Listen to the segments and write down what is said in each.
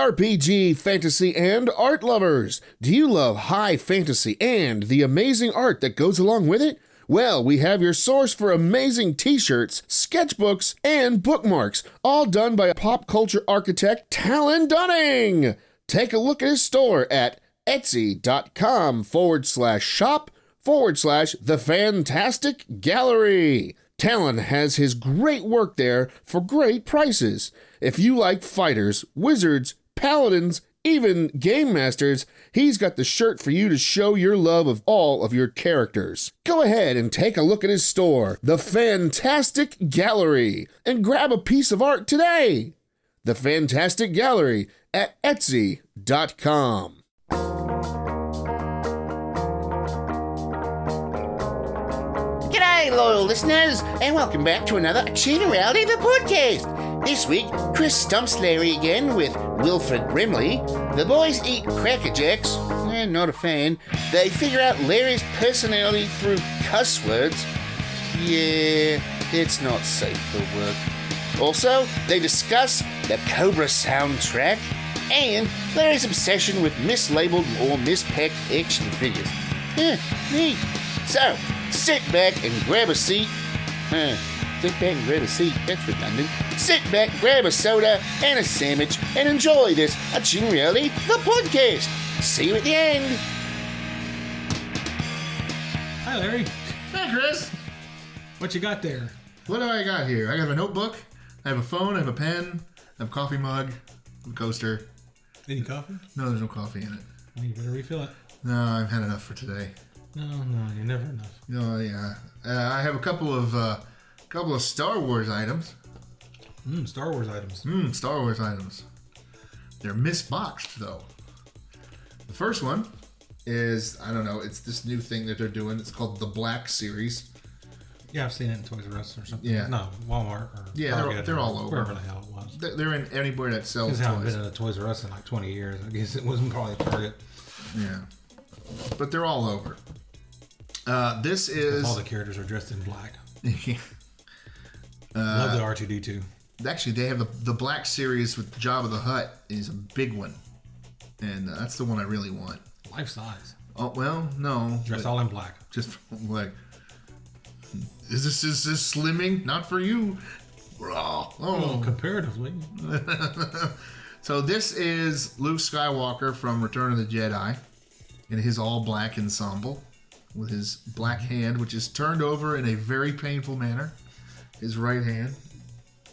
JRPG, fantasy, and art lovers. Do you love high fantasy and the amazing art that goes along with it? Well, we have your source for amazing t shirts, sketchbooks, and bookmarks, all done by pop culture architect Talon Dunning. Take a look at his store at etsy.com forward slash shop forward slash the fantastic gallery. Talon has his great work there for great prices. If you like fighters, wizards, paladins, even game masters, he's got the shirt for you to show your love of all of your characters. Go ahead and take a look at his store, The Fantastic Gallery, and grab a piece of art today. The Fantastic Gallery at Etsy.com. G'day, loyal listeners, and welcome back to another Achieving Reality the podcast. This week, Chris stumps Larry again with Wilfred Brimley. The boys eat Cracker Jacks. Eh, not a fan. They figure out Larry's personality through cuss words. Yeah, it's not safe for work. Also, they discuss the Cobra soundtrack and Larry's obsession with mislabeled or mispacked action figures. Yeah, neat. So, sit back and grab a seat. Huh, sit back and grab a seat. That's redundant. Sit back, grab a soda and a sandwich, and enjoy this Achieving Reality, the podcast. See you at the end. Hi, Larry. Hey, Chris. What you got there? What do I got here? I have a notebook, I have a phone, I have a pen, I have a coffee mug, a coaster. Any coffee? No, there's no coffee in it. Well, you better refill it. No, I've had enough for today. No, no, you're never enough. No, yeah. Uh, I have a couple of uh, couple of Star Wars items. Mm, Star Wars items. Mmm, Star Wars items. They're misboxed though. The first one is I don't know. It's this new thing that they're doing. It's called the Black Series. Yeah, I've seen it in Toys R Us or something. Yeah. No, Walmart or Yeah, they're- Target they're or all over. Wherever the hell it was. They're they're in anywhere that sells Because I haven't toys. been in a Toys R Us in like 20 years. I guess it wasn't probably a Target. Yeah, but they're all over. Uh, this All is the characters are dressed in black. Uh, Love the R2D2. actually they have the, the Black Series with Jabba the Hutt is a big one, and uh, that's the one I really want. Life size. Oh well, no, Dressed but- all in black. just from, like is this is this slimming not for you Raw. Well, oh. comparatively, so this is luke skywalker from return of the jedi in his all black ensemble with his black hand which is turned over in a very painful manner his right hand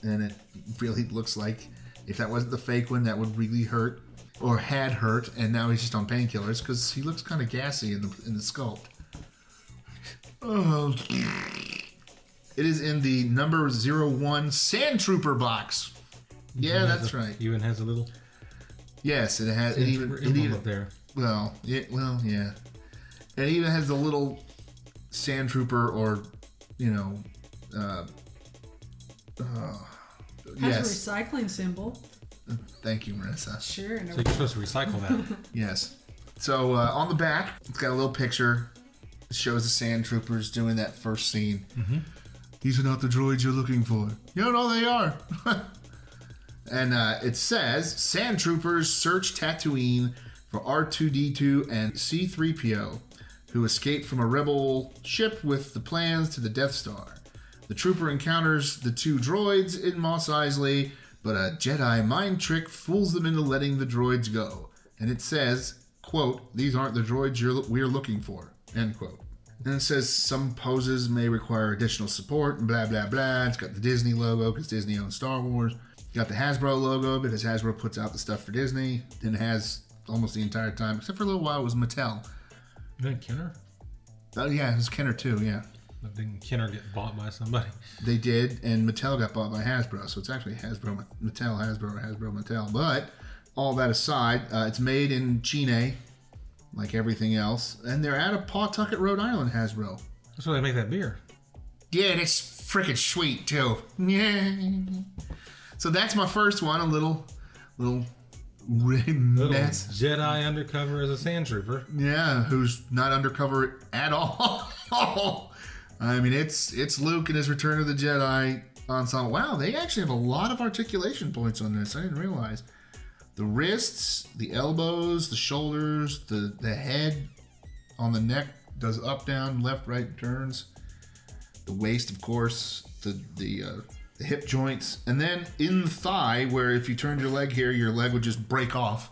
and it really looks like if that wasn't the fake one that would really hurt or had hurt and now he's just on painkillers because he looks kind of gassy in the in the sculpt Oh. It is in the number 01 Sand Trooper box. Yeah, Even has that's a- right. Even has a little Yes, it has it even, it emblem up even there. well, yeah, well, yeah. It even has the little Sand Trooper or you know uh, uh Has yes. a recycling symbol. Thank you, Marissa. Sure. No. So you're supposed to recycle that. Yes. So uh, on the back, it's got a little picture. It shows the sand troopers doing that first scene. Mm-hmm. These are not the droids you're looking for. Yeah, no, they are. and uh, it says sand troopers search Tatooine for R2D2 and C3PO, who escaped from a rebel ship with the plans to the Death Star. The trooper encounters the two droids in Moss Eisley, but uh, a Jedi mind trick fools them into letting the droids go. And it says, quote, these aren't the droids you're, we're looking for, end quote. And it says some poses may require additional support and blah, blah, blah. It's got the Disney logo because Disney owns Star Wars. Got the Hasbro logo because Hasbro puts out the stuff for Disney. Then has almost the entire time, except for a little while, it was Mattel. Didn't Kenner? Oh, yeah, it was Kenner too, yeah. Didn't Kenner get bought by somebody? They did, and Mattel got bought by Hasbro, so it's actually Hasbro, Mattel, Hasbro, Hasbro, Mattel. But all that aside, uh, it's made in Chine, like everything else, and they're out of Pawtucket, Rhode Island, Hasbro. That's why they make that beer. Yeah, and it's freaking sweet too. Yeah. So that's my first one. A little, little, Little mess. Jedi undercover as a sand trooper. Yeah, who's not undercover at all. I mean, it's it's Luke and his Return of the Jedi ensemble. Wow, they actually have a lot of articulation points on this. I didn't realize. the wrists, the elbows, the shoulders, the the head on the neck does up down left right turns. The waist, of course, the the, uh, the hip joints, and then in the thigh, where if you turned your leg here, your leg would just break off.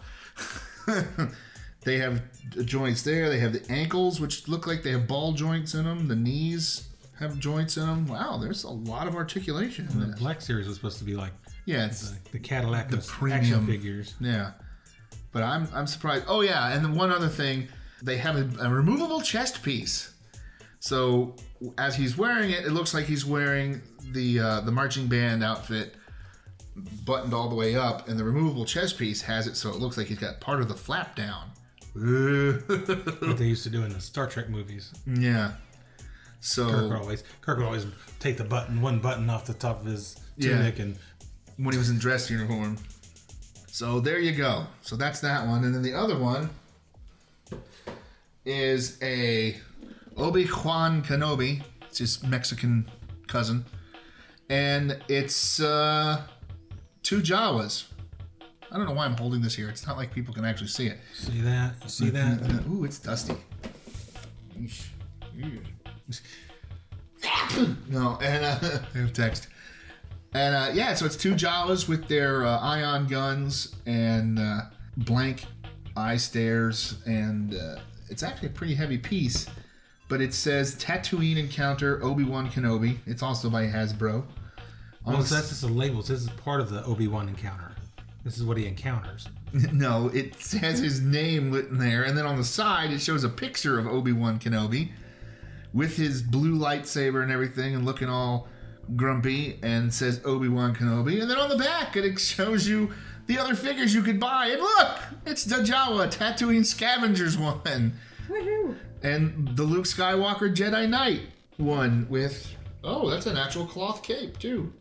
they have joints there. They have the ankles, which look like they have ball joints in them. The knees have joints in them. Wow, there's a lot of articulation in The this. Black Series was supposed to be like Yeah, it's the Cadillac of premium. action figures. yeah. But I'm I'm surprised. Oh yeah, and then one other thing, they have a, a removable chest piece. So as he's wearing it, it looks like he's wearing the uh, the marching band outfit buttoned all the way up, and the removable chest piece has it so it looks like he's got part of the flap down. What they used to do in the Star Trek movies. yeah. So Kirk would always Kirk would always take the button, one button off the top of his Yeah. tunic, and when he was in dress uniform. So there you go. So that's that one, and then the other one is a Obi Juan Kenobi. It's his Mexican cousin, and it's uh, two Jawas. I don't know why I'm holding this here. It's not like people can actually see it. see that, you see that. Ooh, it's dusty. no, and uh, I have text. And uh, yeah, so it's two Jawas with their uh, ion guns and uh, blank eye stares, and uh, it's actually a pretty heavy piece. But it says Tatooine Encounter Obi Wan Kenobi. It's also by Hasbro. Well, that's just a label. This is part of the Obi Wan encounter. This is what he encounters. No, it has his name written there, and then on the side it shows a picture of Obi Wan Kenobi with his blue lightsaber and everything, and looking all grumpy, and says Obi Wan Kenobi, and then on the back it shows you the other figures you could buy, and look, it's the Jawa Tatooine Scavengers one, Woohoo! and the Luke Skywalker Jedi Knight one with oh, that's an actual cloth cape too.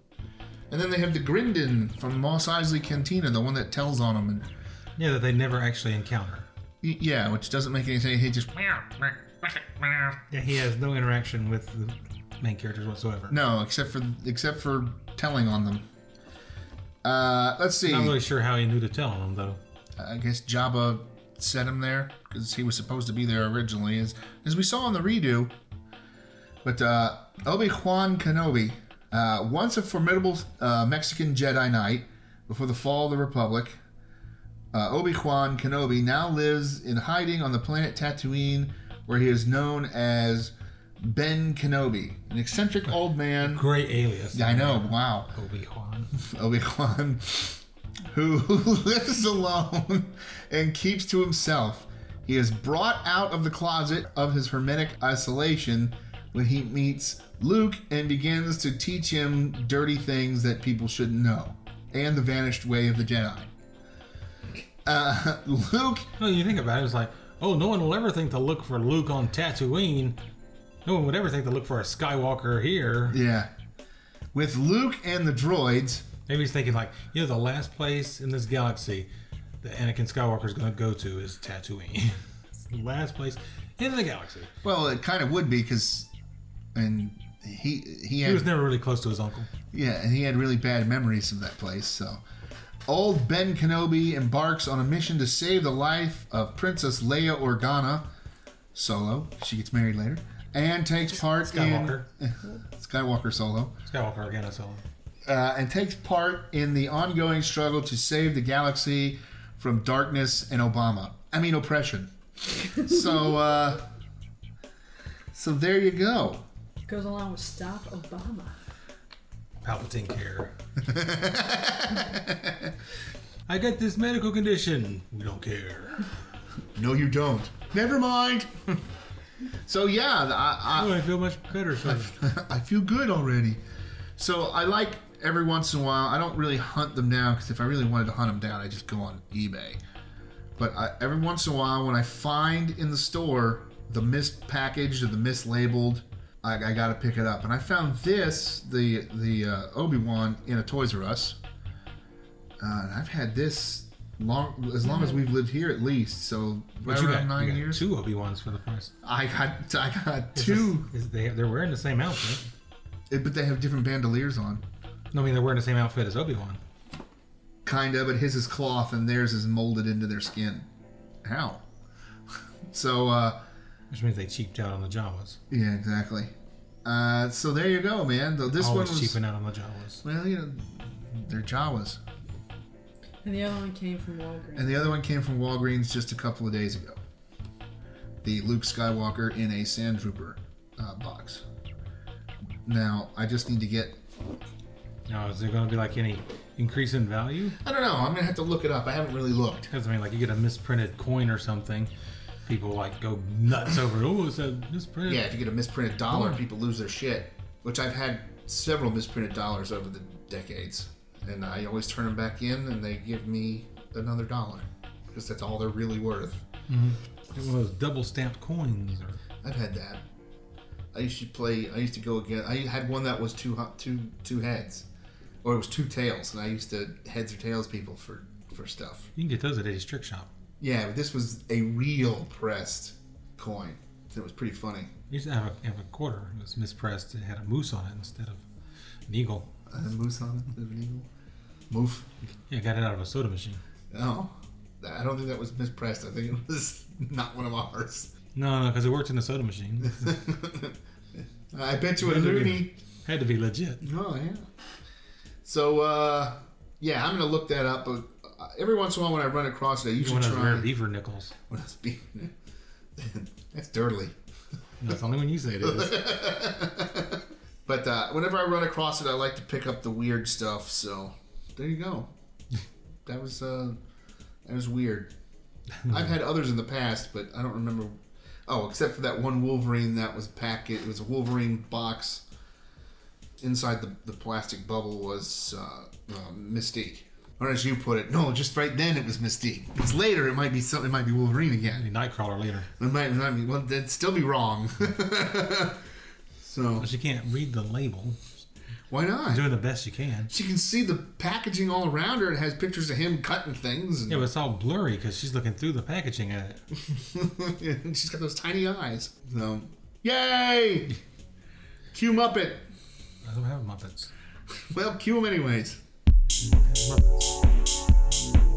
And then they have the Grindin from Moss Eisley Cantina, the one that tells on them and Yeah, that they never actually encounter. Y- Yeah, which doesn't make any sense. He just Yeah, he has no interaction with the main characters whatsoever. no, except for except for telling on them. Uh, let's see. Not really sure how he knew to tell them though. I guess Jabba set him there because he was supposed to be there originally, as as we saw in the redo. But uh, Obi Juan Kenobi, uh, once a formidable uh, Mexican Jedi Knight before the fall of the Republic, uh, Obi Juan Kenobi now lives in hiding on the planet Tatooine, where he is known as Ben Kenobi, an eccentric old man. Great alias. I know. Wow. Obi Wan. Obi-Wan, who lives alone and keeps to himself. He is brought out of the closet of his hermetic isolation when he meets Luke and begins to teach him dirty things that people shouldn't know and the vanished way of the Jedi. Uh, Luke, No, you think about it, it's like, oh, no one will ever think to look for Luke on Tatooine. No one would ever think to look for a Skywalker here. yeah, with Luke and the droids, Maybe he's thinking like, you know, the last place in this galaxy that Anakin Skywalker's going to go to is Tatooine. It's the last place in the galaxy. well, it kind of would be because, and he he He had was never really close to his uncle. Yeah, and he had really bad memories of that place, so. Old Ben Kenobi embarks on a mission to save the life of Princess Leia Organa, solo. She gets married later. And takes part Skywalker. in Skywalker solo, Skywalker again, I saw him. uh, and takes part in the ongoing struggle to save the galaxy from darkness and Obama. I mean oppression. so, uh, so there you go. Goes along with Stop Obama. Palpatine care. I got this medical condition. We don't care. No, you don't. Never mind. so yeah, th- I, Oh, I feel much better. So I, I feel good already. So I like every once in a while. I don't really hunt them down because if I really wanted to hunt them down, I just go on eBay. But I, every once in a while, when I find in the store the mispackaged or the mislabeled, I, I gotta pick it up. And I found this, the the uh, Obi Wan in a Toys R Us. Uh, and I've had this long as long as we've lived here at least. So right But you around got, nine you got years. two Obi Wans for the price. I got I got Is two, this- is they, they're wearing the same outfit. but they have different bandoliers on. No, I mean they're wearing the same outfit as Obi Wan. Kind of, but his is cloth and theirs is molded into their skin. How? so, uh, which means they cheaped out on the Jawas. yeah, exactly. Uh, so there you go, man. Though this Always one was, cheaping out on the Jawas. well, you know, they're Jawas. And the other one came from Walgreens. And the other one came from Walgreens just a couple of days ago. The Luke Skywalker in a Sand Trooper uh, box. Now, I just need to get. Now, is there going to be like any increase in value? I don't know. I'm going to have to look it up. I haven't really looked. Because I mean, like you get a misprinted coin or something, people like go nuts over. Oh, it's a misprinted. Yeah, if you get a misprinted dollar, people lose their shit. Which I've had several misprinted dollars over the decades. And I always turn them back in and they give me another dollar. Because that's all they're really worth. Get one of those double stamped coins. Or, I've had that. I used to play. I used to go again. I had one that was two ho- two two heads, or it was two tails, and I used to heads or tails people for for stuff. you can get those at Eddie's Trick Shop. Yeah, but this was a real pressed coin. It was pretty funny. You used to have a, have a quarter. It was mispressed. It had a moose on it instead of an eagle. Uh, moose on it, an eagle. Moof. Yeah, I got it out of a soda machine. No, I don't think that was mispressed. I think it was not one of ours. No, no, because it worked in a soda machine. I bet you a loony. had to be legit. Oh yeah. So uh, yeah, I'm gonna look that up. But uh, every once in a while, when I run across it, I One usually of those rare try. beaver nickels. What else be- That's dirtily. That's the only one you say it is. But uh, whenever I run across it, I like to pick up the weird stuff. So there you go. That was uh, that was weird. I've had others in the past, but I don't remember. Oh, except for that one Wolverine that was packet. It was a Wolverine box. Inside the, the plastic bubble was uh, uh, Mystique, or as you put it, no, just right then it was Mystique. Because later it might be something. It might be Wolverine again. Maybe Nightcrawler later. It might not be. Well, that'd still be wrong. so But you can't read the label. why not? Doing the best you can. She can see the packaging all around her. It has pictures of him cutting things, and, Yeah, but it's all blurry because she's looking through the packaging at it. and she's got those tiny eyes. So, yay! Cue Muppet. I don't have Muppets. Well, cue him anyways. Muppets.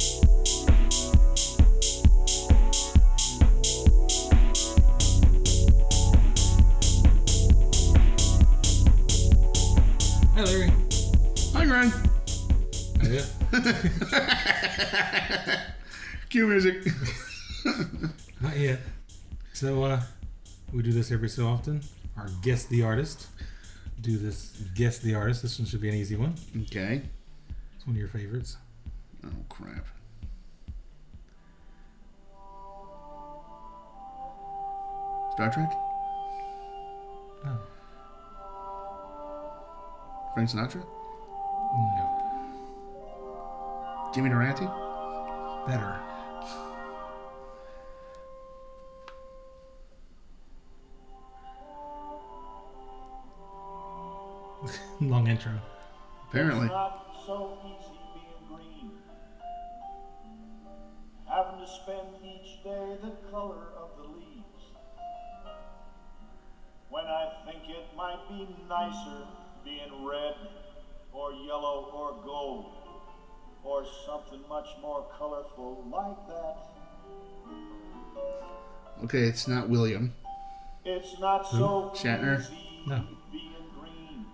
Hi, Larry. Hi, Ryan. Yeah. Cue music. Not yet. So uh, we do this every so often. Our guess the artist. Do this guess the artist. This one should be an easy one. okay. It's one of your favorites. Oh crap. Star Trek. Oh. Frank Sinatra. No. Jimmy Durante. Better. Long intro. Apparently. not so easy being green. Having to spend each day the color of the leaves. When I think it might be nicer being red or yellow or gold or something much more colorful like that. Okay, it's not William. It's not so Shatner? easy No. being green.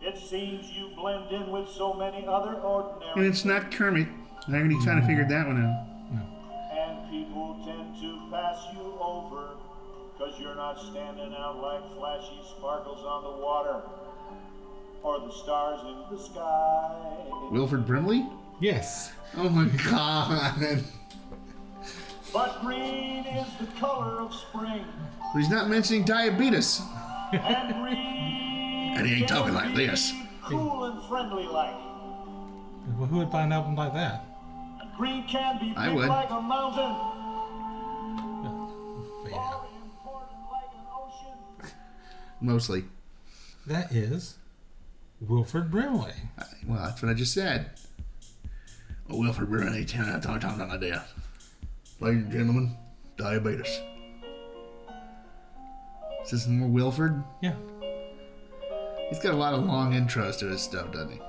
It seems you blend in with so many other ordinary And it's not Kermit. I already kind of figured that one out. and people tend to pass you over because you're not standing out like flashy sparkles on the water or the stars in the sky. Wilford Brimley? Yes. Oh my god. But But green is the color of spring, he's not mentioning diabetes. and green. And he ain't talking like can this. be Cool and friendly like. Well, who would buy an album like that? Green can be I big would. like a mountain, But yeah. or important like an ocean. Mostly. That is Wilfred Brimley. Well, that's what I just said. Oh, Wilford Brimley, 10 out of 10 idea. Ladies and gentlemen, diabetes. Is this more Wilford? Yeah. He's got a lot of long intros to his stuff, doesn't he?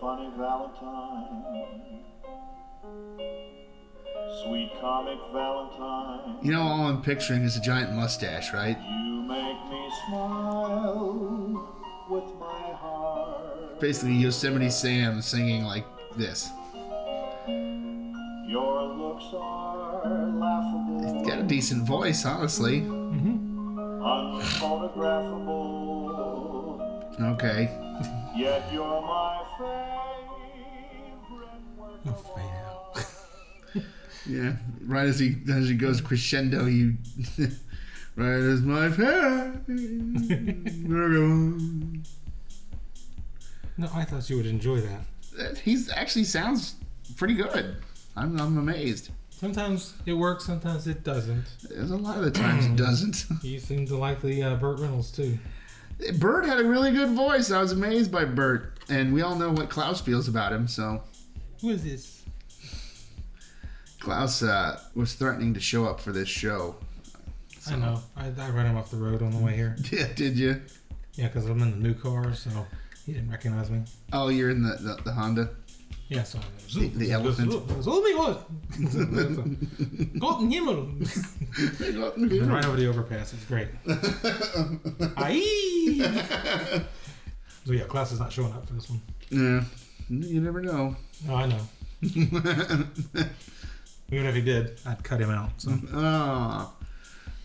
funny Valentine. Sweet comic Valentine. You know, all I'm picturing is a giant mustache, right? You make me smile with my heart. Basically, Yosemite Sam singing like this. Your looks are laughable, He's got a decent voice, honestly. unphotographable, Okay. yet you're my favorite work Oh, of fade art. out. Yeah. Right as he as he goes crescendo, you. right as my hair. No, I thought you would enjoy that. He actually sounds pretty good. I'm, I'm amazed. Sometimes it works, sometimes it doesn't. There's a lot of the times it doesn't. You seem to like the uh, Burt Reynolds too. Bert had a really good voice. I was amazed by Bert. And we all know what Klaus feels about him, so Who is this? Klaus uh, was threatening to show up for this show. I know. I, I ran him off the road on the way here. Yeah, did you? Yeah, because I'm in the new car, so he didn't recognize me. Oh, you're in the, the, the Honda. Yeah, so The, the elephant. Oh my god! Golden Himmel! right over the overpass. It's great. Aye. So yeah, class is not showing up for this one. yeah. You never know. No, I know. Even if he did, I'd cut him out. So oh,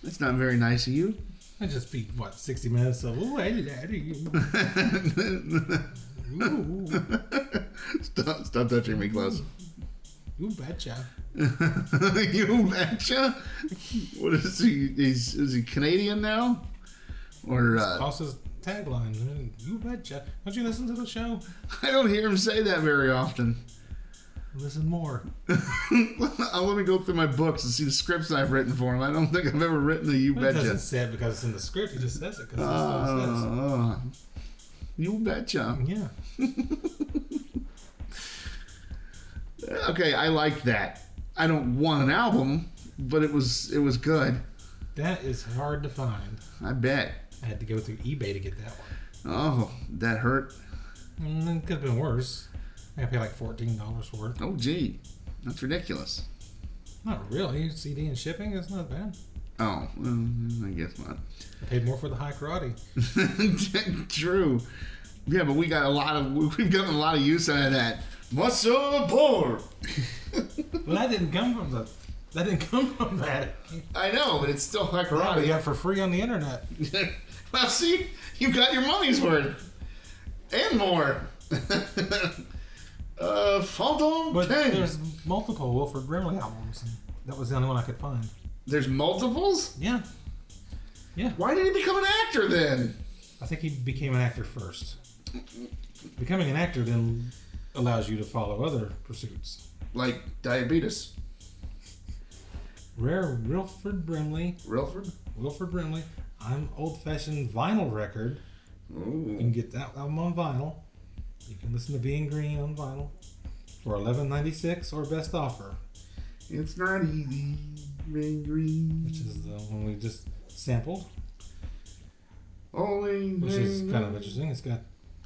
that's not very nice of you. I'd just be what sixty minutes of oh, I did that to you. Ooh, stop, stop touching me, Klaus. you betcha. you betcha. What is he? He's, is he Canadian now? Or uh, Klaus's tagline: You betcha. Don't you listen to the show? I don't hear him say that very often. Listen more. I want to go through my books and see the scripts I've written for him. I don't think I've ever written a "You He doesn't Betcha." say it because it's in the script. He just says it because it's what Oh, you betcha. it says. Yeah. Okay, I like that. I don't want an album, but it was it was good. That is hard to find. I bet. I had to go through eBay to get that one. Oh, that hurt. Mm, it could have been worse. I paid like fourteen dollars for it. Oh, gee, that's ridiculous. Not really. CD and shipping is not bad. Oh, well, I guess not. I paid more for the high karate. True. Yeah, but we got a lot of we've gotten a lot of use out of that. Muscle poor. Well, that didn't come from the. That didn't come from that. I know, but it's still like Probably karate. got for free on the internet. well, see, you got your money's worth and more. uh, Phantom But Pain. there's multiple Wilford Brimley albums. And that was the only one I could find. There's multiples? Yeah, Why did he become an actor then? I think he became an actor first. Becoming an actor then allows you to follow other pursuits. Like diabetes. Rare Wilford Brimley Relford? Wilford Brimley. I'm old fashioned vinyl record. You can get that album on vinyl. You can listen to Being Green on vinyl for eleven ninety six or best offer, It's not easy. Being green. which is the one we just sampled, Only which is thing kind of interesting. It's got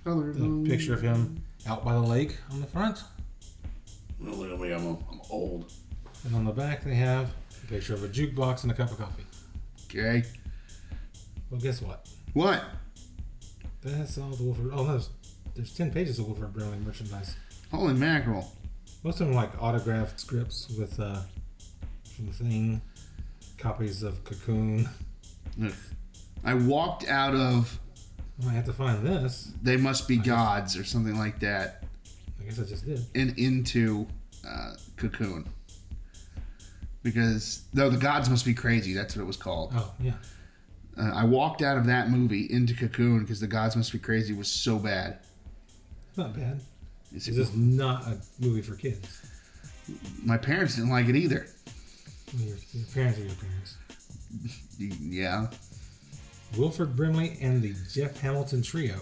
Other the picture of him out by the lake on the front, Well, look at me, I'm, I'm old. and on the back they have a picture of a jukebox and a cup of coffee. Okay. Well, guess what? What? That's all the Wilford. Oh, no, there's, there's ten pages of Wilford Brimley merchandise. Holy mackerel. Most of them are like autographed scripts with uh, from the thing, copies of Cocoon. Ugh. I walked out of I might have to find this. They Must Be Gods or something like that I guess I just did. and into uh, Cocoon. Because, no, The Gods Must Be Crazy. That's what it was called. Oh yeah, Uh, I walked out of that movie into Cocoon because The Gods Must Be Crazy was so bad. not bad. It's- It's just not a movie for kids. my parents didn't like it either. Well, Your, your parents are your parents. Yeah. Wilford Brimley and the Jeff Hamilton Trio.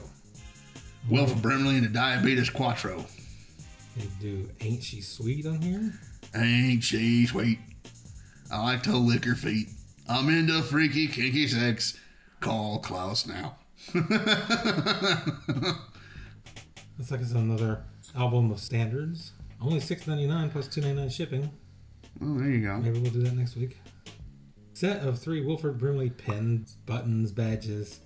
Wilf Brimley and the Diabetes Quattro. They do "Ain't She Sweet" on here. Ain't she sweet? I like to lick her feet. I'm into freaky, kinky sex. Call Klaus now. Let's Looks like it's another album of standards. Only six ninety nine plus two ninety nine shipping. Oh, there you go. Maybe we'll do that next week. Set of three Wilford Brimley pins, buttons, badges,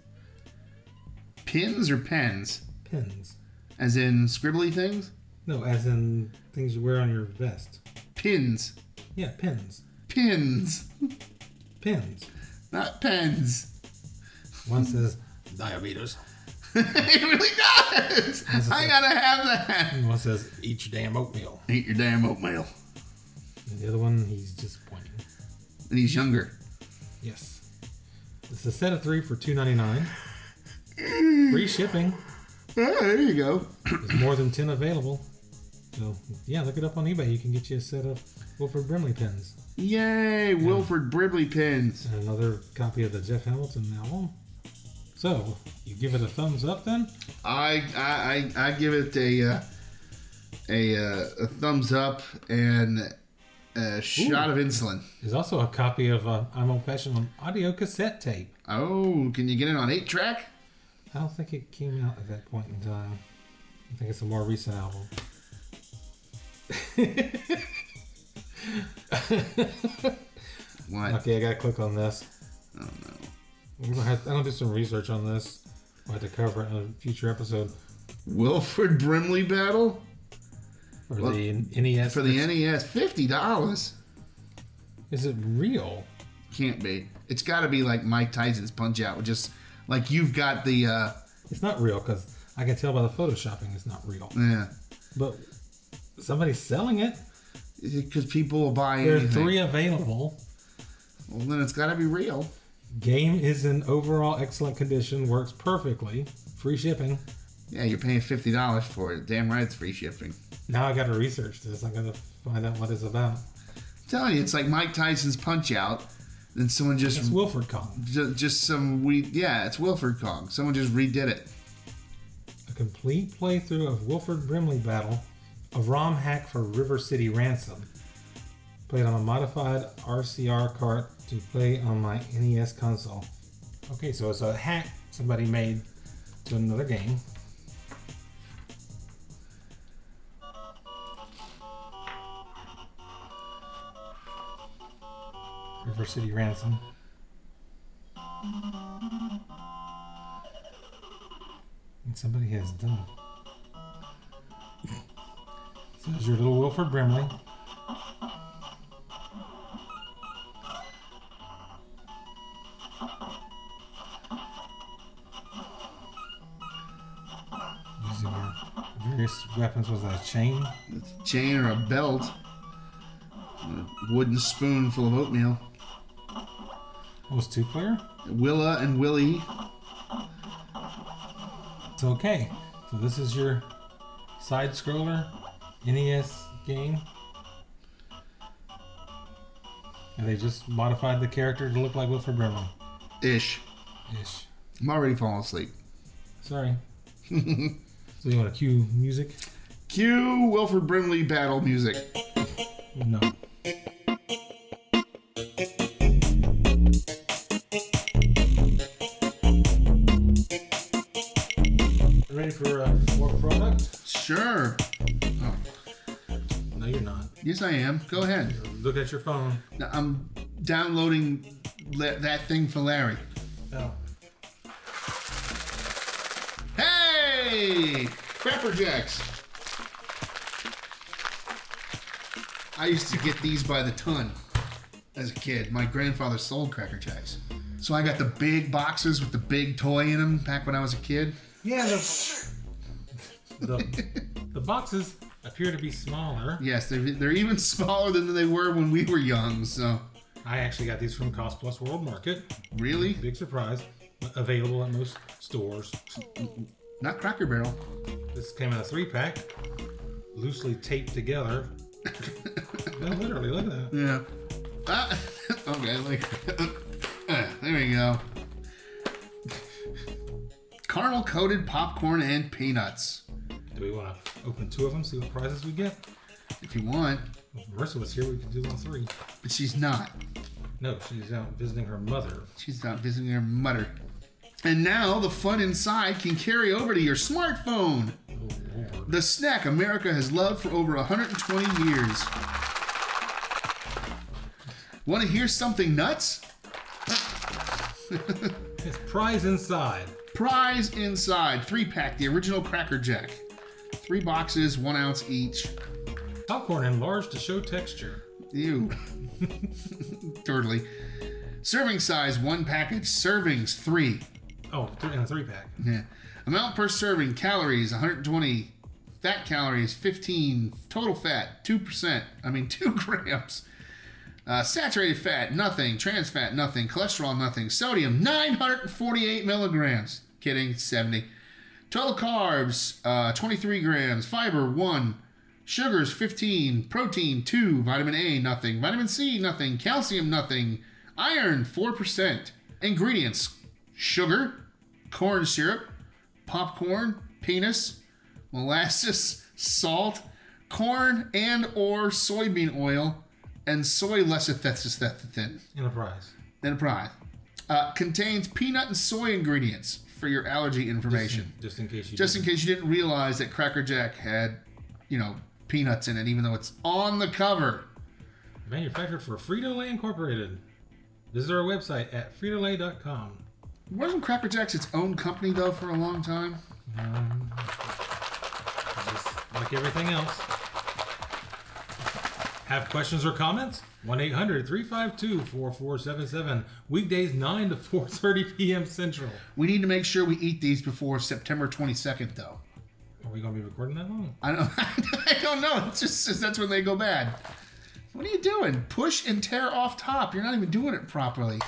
Pins or pens? pins. As in scribbly things? No, as in things you wear on your vest. Pins. Yeah, pins. Pins. Pins. Not pens. One says diabetes. it really does. I gotta have that. And one says eat your damn oatmeal. Eat your damn oatmeal. And the other one, he's just pointing. And he's younger. Yes. It's a set of three for two ninety nine. Free shipping. Ah, there you go. There's more than ten available. So yeah, look it up on eBay. You can get you a set of Wilford Brimley pins. Yay, Wilford Bribley pins. And another copy of the Jeff Hamilton album. So you give it a thumbs up then? I I I, I give it a uh, a, uh, a thumbs up and a shot of insulin. There's also a copy of uh, I'm Old Fashioned on audio cassette tape. Oh, can you get it on eight track? I don't think it came out at that point in time. I think it's a more recent album. What? Okay, I gotta click on this. Oh no. We're gonna have, I'm gonna do some research on this. We'll have to cover it in a future episode Wilford Brimley battle for the E NES. for the NES. Fifty dollars. Is it real? Can't be. It's got to be like Mike Tyson's punch out, just like you've got the uh, It's not real because I can tell by the photoshopping it's not real. yeah, But somebody's selling it. because people will buy There are anything. three available. Well, then it's got to be real. Game is in overall excellent condition, works perfectly, free shipping. Yeah, you're paying fifty dollars for it. Damn right, it's free shipping. Now I gotta research this. I gotta find out what it's about. I'm telling you, it's like Mike Tyson's punch out. Then someone just It's Wilford Kong, ju- just some we yeah, it's Wilford Kong. Someone just redid it. a complete playthrough of Wilford Brimley Battle, a ROM hack for River City Ransom. Played on a modified RCR cart to play on my NES console. Okay, so it's a hack somebody made to another game. River City Ransom. And somebody has done. so there's your little Wilford Brimley. These are Various weapons was that a chain? It's a chain or a belt, a wooden spoon full of oatmeal. It was two player. Willa and Willie. It's okay. So this is your side scroller NES game. And they just modified the character to look like Wilfred Brimley. Ish. Ish. I'm already falling asleep. Sorry. so you want to cue music? Cue Wilford Brimley battle music. No. Ready for uh, more product? Sure. Oh, No, you're not. Yes, I am. Go ahead. Look at your phone. Now, I'm downloading la- that thing for Larry. Oh. Hey! Crapper Jacks. I used to get these by the ton as a kid. My grandfather sold Cracker Jacks. So I got the big boxes with the big toy in them back when I was a kid. Yeah, the, the, the boxes appear to be smaller. Yes, they're, they're even smaller than they were when we were young, so. I actually got these from Cost Plus World Market. Really? Big surprise. Available at most stores. Not Cracker Barrel. This came in a three pack, loosely taped together. no, literally, look at that. Yeah. Ah, okay, like. Ah, there we go. Caramel coated popcorn and peanuts. Do we want to open two of them, see what prizes we get? If you want, If Marissa was here, we could do all three. but she's not. No, she's out visiting her mother. She's not visiting her mother. And now the fun inside can carry over to your smartphone. Oh, Lord. The snack America has loved for over 120 years. Want to hear something nuts? It's prize inside. Prize inside. Three pack, the original Cracker Jack. Three boxes, one ounce each. Popcorn enlarged to show texture. Ew. Totally. Serving size, one package. Servings, three. Oh, th- and a three pack. Yeah. Amount per serving, calories 120, fat calories 15, total fat 2%, I mean 2 grams. Uh, saturated fat, nothing. Trans fat, nothing. Cholesterol, nothing. Sodium, 948 milligrams. Kidding, 70. Total carbs, uh, 23 grams. Fiber, 1. Sugars, 15. Protein, 2. Vitamin A, nothing. Vitamin C, nothing. Calcium, nothing. Iron, 4%. Ingredients sugar, corn syrup, popcorn, penis, molasses, salt, corn and or soybean oil, and soy lecithin. And a prize. Enterprise. Uh, contains peanut and soy ingredients for your allergy information. Just in case you Just in case you didn't realize that Cracker Jack had, you know, peanuts in it, even though it's on the cover. didn't. Manufactured for Frito Lay Incorporated. Visit our website at fritolay.com. Wasn't Cracker Jack's its own company though for a long time? Um, just like everything else. Have questions or comments? 1 800 352 4477. Weekdays 9 to 4.30 p.m. Central. We need to make sure we eat these before September 22nd though. Are we going to be recording that long? I don't, I don't know. It's just it's- that's when they go bad. What are you doing? Push and tear off top. You're not even doing it properly.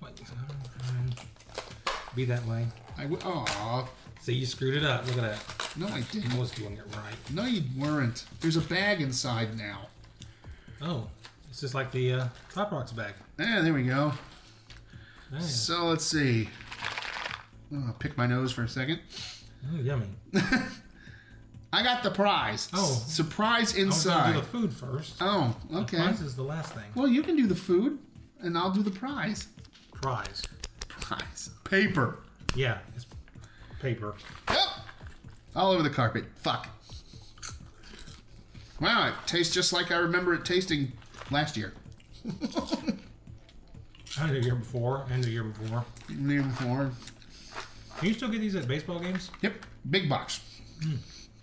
What? uh, Be that way. I w- Aw. See, you screwed it up. Look at that. No, I I didn't. was doing it right. No, you weren't. There's a bag inside now. Oh, it's just like the uh, Top Rocks bag. Yeah, Eh, there we go. Dang. oh, So let's see. I'm gonna pick my nose for a second. Mm, yummy. I got the prize. Oh. S- surprise I was going to inside. do the food first. oh, okay. Prize is the last thing. Well, you can do the food, and I'll do the prize. Prize. Prize. Paper. Yeah, it's paper. Yep. All over the carpet. Fuck. Wow, it tastes just like I remember it tasting last year. And the year before, and the year before. The year before. Can you still get these at baseball games? Yep. Big box.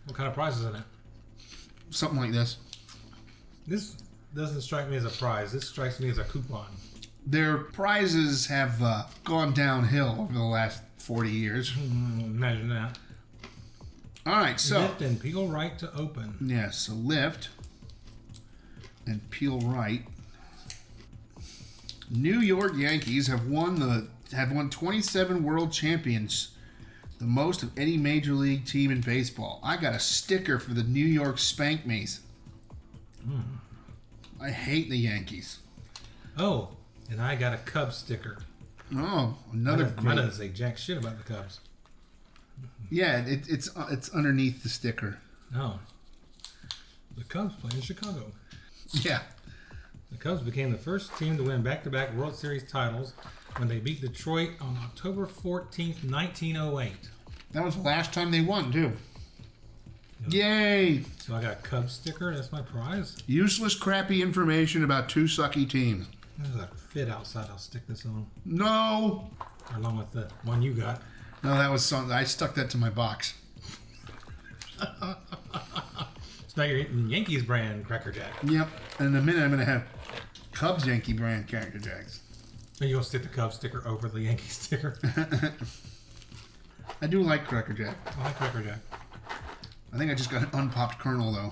What kind of prize is in it? Something like this. This doesn't strike me as a prize. This strikes me as a coupon. Their prizes have uh, gone downhill over the last 40 years. Mm, Imagine that. All right, so. Lift and peel right to open. Yeah, so lift and peel right. New York Yankees have won the have won 27 World Champions, the most of any major league team in baseball. I got a sticker for the New York Spank Me's. I hate the Yankees. Oh, and I got a Cubs sticker. Oh, Mine another doesn't- mine great. doesn't say jack shit about the Cubs. Yeah, it, it's uh, it's underneath the sticker. No. The Cubs play in Chicago. Yeah. The Cubs became the first team to win back-to-back World Series titles when they beat Detroit on October oh 14, 1908. That was the last time they won, too. Yay! So I got a Cubs sticker. That's my prize. Useless, crappy information about two sucky teams. There's a fit outside. I'll stick this on No, along with the one you got. no, that was something. I stuck that to my box. It's not your Yankees brand Cracker Jack. Yep. And in a minute, I'm gonna have Cubs Yankee brand character jacks. And you'll stick the Cubs sticker over the Yankee sticker. I do like Cracker Jack. I like Cracker Jack. I think I just got an unpopped kernel though.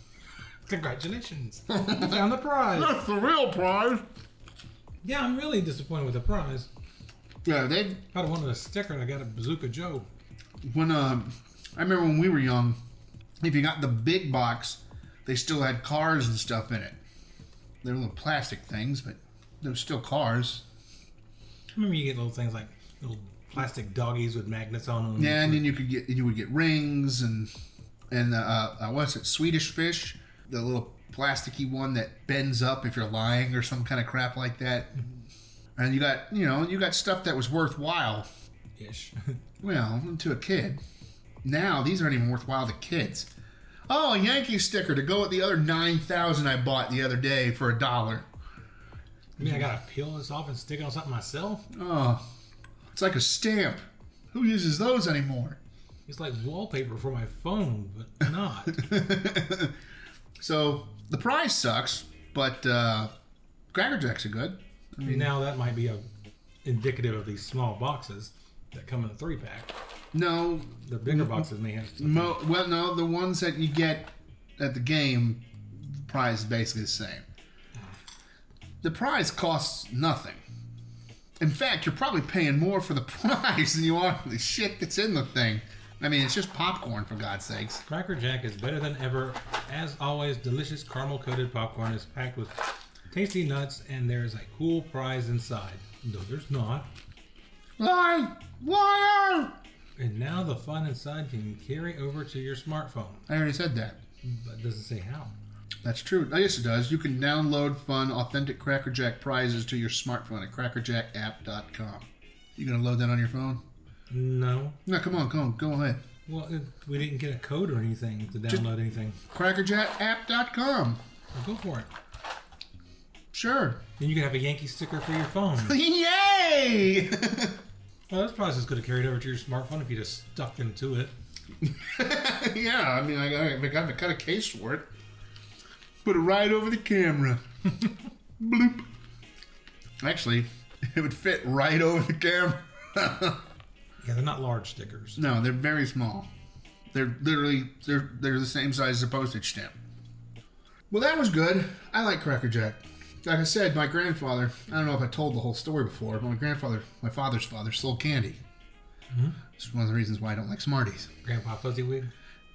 Congratulations! you found the prize. That's the real prize. Yeah, I'm really disappointed with the prize. Yeah, they I'd have wanted a sticker and I got a Bazooka Joe. when um, I remember when we were young, if you got the big box, they still had cars and stuff in it. They were little plastic things, but there were still cars. I remember you get little things like little plastic doggies with magnets on them. Yeah, and then you could get you would get rings and and uh, uh, what's it Swedish fish, the little plasticky one that bends up if you're lying or some kind of crap like that. And you got you know you got stuff that was worthwhile. ish. Well, to a kid, Now these aren't even worthwhile to kids. Oh, a Yankee sticker to go with the other nine thousand I bought the other day for a dollar. I mean, I gotta peel this off and stick it on something myself. Oh, it's like a stamp. Who uses those anymore? It's like wallpaper for my phone, but not. So the prize sucks, but uh, Cracker Jacks are good. now that might be a indicative of these small boxes that come in a three pack. No, The bigger boxes may have. mo- well, no, the ones that you get at the game the prize is basically the same. The prize costs nothing. In fact, you're probably paying more for the prize than you are for the shit that's in the thing. I mean, it's just popcorn, for God's sakes. Cracker Jack is better than ever. As always, delicious caramel coated popcorn is packed with tasty nuts, and there is a cool prize inside. No, there's not. Lie! Liar! And now the fun inside can carry over to your smartphone, I already said that. but it doesn't say how. That's true. I guess it does. You can download fun, authentic Cracker Jack prizes to your smartphone at crackerjackapp.com. You gonna load that on your phone? No. No, come on, come on, go ahead. Well, it, we didn't get a code or anything to download anything. Crackerjackapp.com. Well, go for it. Sure. Then you can have a Yankee sticker for your phone. Yay! well, this process could have carried over to your smartphone if you just stuck them to it. yeah, I mean, I got, I got to cut a case for it. Put it right over the camera. Bloop. Actually, it would fit right over the camera. Yeah, they're not large stickers. No, they're very small. They're literally they're they're the same size as a postage stamp. Well, that was good. I like Cracker Jack. Like I said, my grandfather. I don't know if I told the whole story before, but my grandfather, my father's father, sold candy. It's one of the reasons why I don't like Smarties. Grandpa Fuzzywig.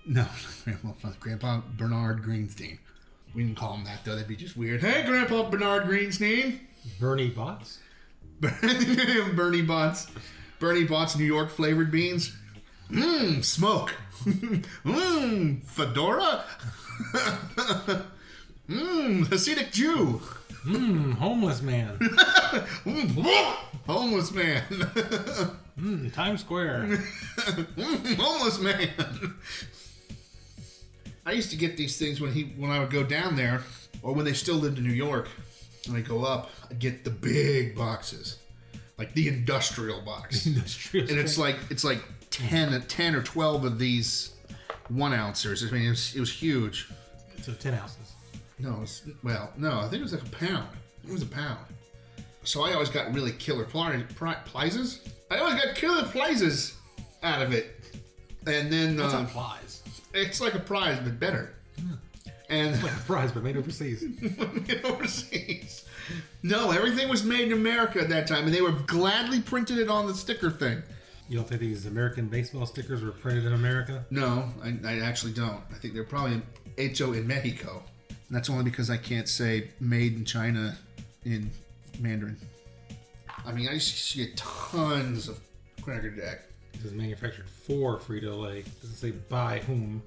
No, not Grandpa, Fun- Grandpa Bernard Greenstein. We didn't call him that though. That'd be just weird. Hey, Grandpa Bernard Greenstein. Bernie Bots. Bernie Bots. Bernie Bots New York flavored beans. Mmm, smoke. Mmm, fedora. Mmm, Hasidic Jew. Mm, homeless man. Mmm, homeless man. Mm, Times Square. Mm, homeless man. I used to get these things when he when I would go down there, or when they still lived in New York, and I go up, I'd get the big boxes, like the industrial box. Industrial and it's strength. like it's like 10, 10 or 12 of these one ouncers i mean it was, it was huge so ten ounces. no it was, well no i think it was like a pound it was a pound so i always got really killer pli- pri- prizes i always got killer prizes out of it and then That's uh, not flies. it's like a prize but better and Like a prize, but made overseas. overseas. No, everything was made in America at that time, and they were gladly printed it on the sticker thing. You don't think these American baseball stickers were printed in America? No, I, I actually don't. I think they're probably in HO in Mexico. And that's only because I can't say made in China in Mandarin. I mean, I used to see tons of Cracker Jack. This is manufactured for Frito Lay. Doesn't say by whom.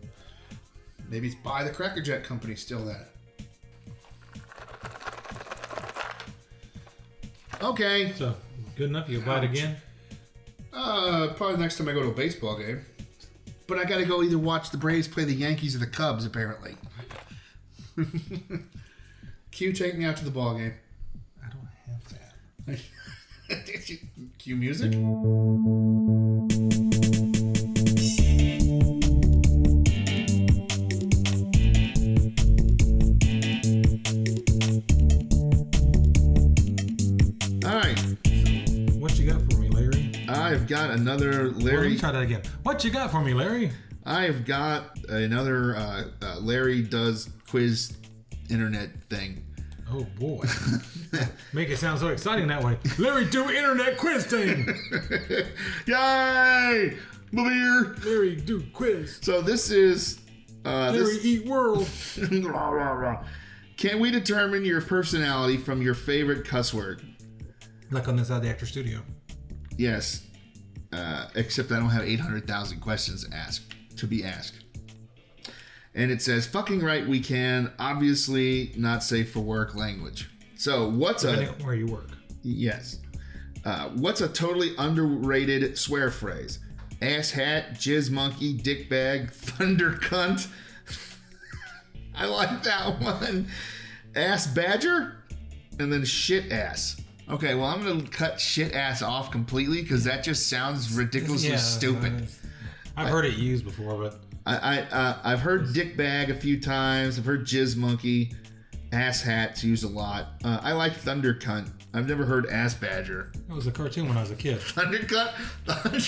Maybe it's by the Cracker Jack company still that. Okay. So good enough. You'll buy it again. Uh, probably next time I go to a baseball game. But I gotta go either watch the Braves play the Yankees or the Cubs, apparently. Q, take me out to the ball game. I don't have that. Cue music. All right, What you got for me, Larry? I've got another Well, let me Larry. try that again. What you got for me, Larry? I've got another uh, uh, Larry does quiz internet thing. Oh boy. Make it sound so exciting that way. Larry do internet quiz thing. Yay! Move here. Larry do quiz. So this is uh, Larry this. eat world. Rah, rah, rah. Can we determine your personality from your favorite cuss word? Like on this side of the actor studio. Yes. Uh, except I don't have 800,000 questions asked to be asked. And it says, fucking right we can, obviously not safe for work language. So what's a, Depending on where you work. yes. Uh, what's a totally underrated swear phrase? ass hat, jizz monkey, dick bag, thunder cunt. I like that one. Ass badger, and then shit ass. Okay, well I'm gonna cut shit ass off completely because that just sounds ridiculously Yeah, uh, stupid. that's- I've heard it used before, but I, I uh, I've heard dick bag a few times. I've heard jizz monkey, ass hats used a lot. Uh, I like thunder cunt. I've never heard ass badger. it was a cartoon when I was a kid. Thunder cunt, thunder,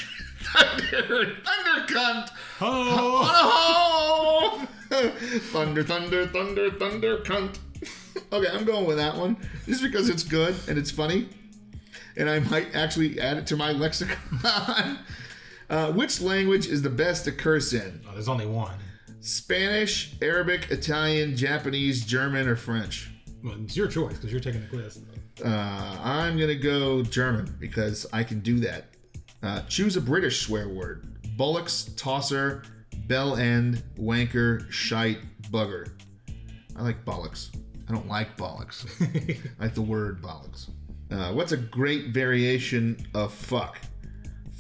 thunder, thunder cunt. Oh, Oh! thunder, thunder, thunder, thunder cunt. okay, I'm going with that one just because it's good and it's funny, and I might actually add it to my lexicon. Uh, which language is the best to curse in? No, there's only one. Spanish, Arabic, Italian, Japanese, German, or French? Well, it's your choice because you're taking the quiz. Uh, I'm gonna go German because I can do that. Uh, choose a British swear word: bullocks, tosser, bell end, wanker, shite, bugger. I like bollocks. I don't like bollocks. I like the word bollocks. Uh, what's a great variation of fuck?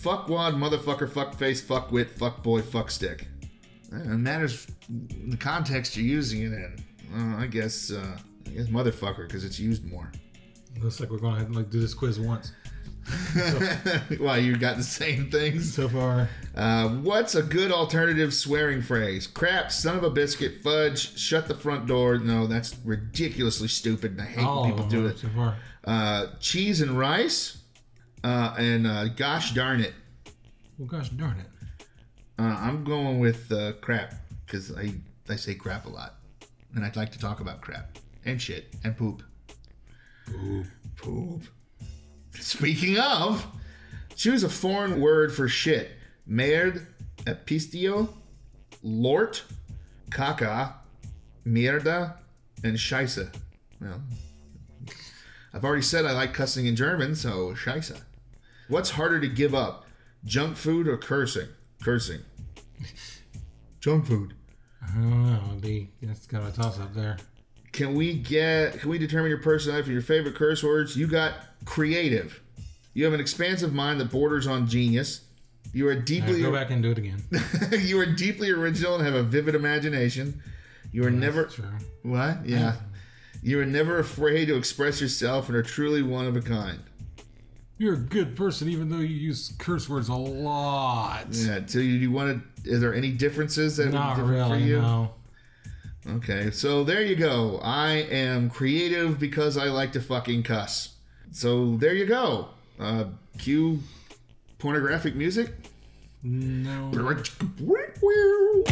Fuckwad, motherfucker, fuckface, fuckwit, fuckboy, fuckstick. Uh, It matters the context you're using it in. Uh, I guess uh, I guess motherfucker because it's used more. Looks like we're going to like do this quiz once. well, you got the same things. So far, Uh, what's a good alternative swearing phrase? Crap, son of a biscuit, fudge, shut the front door. No, that's ridiculously stupid, and I hate all when of people them do are it. So far, Uh, cheese and rice, uh, and uh, gosh darn it. well, gosh darn it. Uh, I'm going with uh, crap because I, I say crap a lot, and I'd like to talk about crap and shit and poop. Poop. Poop. Speaking of, choose a foreign word for shit. Merd, epistio, lort, caca, mierda, and scheiße. Well, I've already said I like cussing in German, so scheiße. What's harder to give up, junk food or cursing? Cursing. junk food. I don't know. It'd be that's kind of a toss up there. Can we get? Can we determine your personality for your favorite curse words? You got creative. You have an expansive mind that borders on genius. You are All right, deeply go back and do it again. you are deeply original and have a vivid imagination. You are never That's true. what? Yeah. You are never afraid to express yourself and are truly one of a kind. You're a good person, even though you use curse words a lot. Yeah. So you, you want to? Is there any differences that Not would be different really, for you? no. Okay, so there you go. I am creative because I like to fucking cuss. So there you go. Uh, cue pornographic music. No. All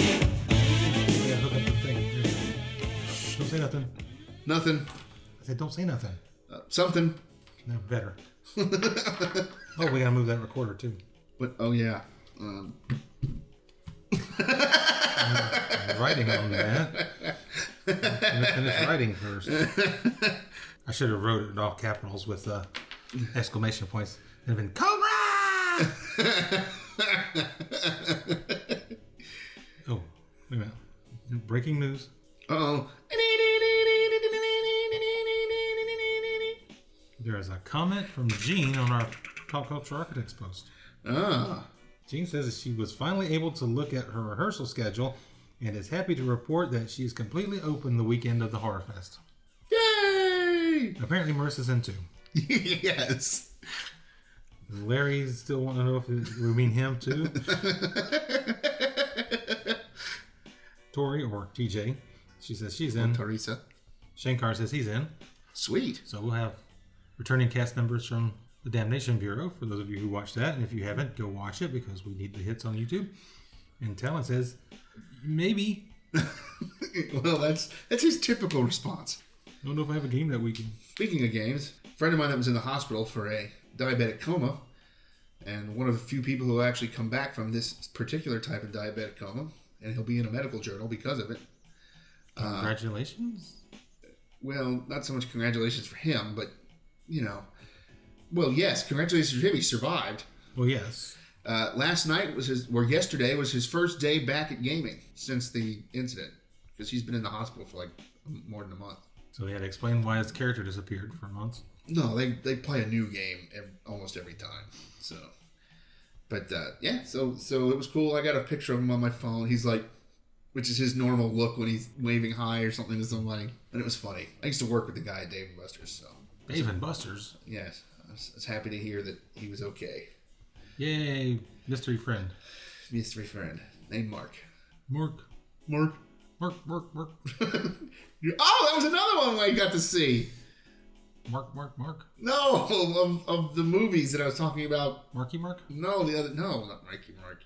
Yeah, hook up the thing. Shh, don't say nothing. Nothing. I said, don't say nothing. Uh, something. No, better. oh, we gotta move that recorder too. But oh yeah. Um, writing on that. I'm gonna finish writing first. I should have wrote it in all capitals with uh, exclamation points. It'd have been Cobra. oh, wait a minute! Breaking news. oh. There is a comment from Jean on our Pop Culture Architects post. Ah. Jean says that she was finally able to look at her rehearsal schedule and is happy to report that she is completely open the weekend of the Horror Fest. Yay! Apparently, Marissa's in too. yes. Larry still want to know if it- we mean him too. Tori or TJ, she says she's in. Teresa. Shankar says he's in. Sweet. So we'll have returning cast members from the Damnation Bureau for those of you who watch that, and if you haven't, go watch it because we need the hits on YouTube. And Talon says maybe. Well, that's that's his typical response. I don't know if I have a game that weekend. Speaking of games, a friend of mine that was in the hospital for a diabetic coma, and one of the few people who actually come back from this particular type of diabetic coma, and he'll be in a medical journal because of it. Uh. Congratulations. Well, not so much congratulations for him, but you know, well, yes, congratulations for him. He survived. Well, yes. Uh, last night was his, or yesterday was his first day back at gaming since the incident, because he's been in the hospital for like more than a month. So he had to explain why his character disappeared for months. No, they, they play a new game ev almost every time. So, but uh, yeah, so so it was cool. I got a picture of him on my phone. He's like, which is his normal look when he's waving hi or something to somebody, and it was funny. I used to work with the guy at Dave and Buster's, so Dave and Buster's. yes, I was, I was happy to hear that he was okay. Yay, mystery friend. Mystery friend named Mark. Mork, Mark. mork, mork, mork, You- oh, that was another one I got to see. mork, mork, mork. No, of, of the movies that I was talking about. Marky Mark. No, the other no, not Mikey Mark.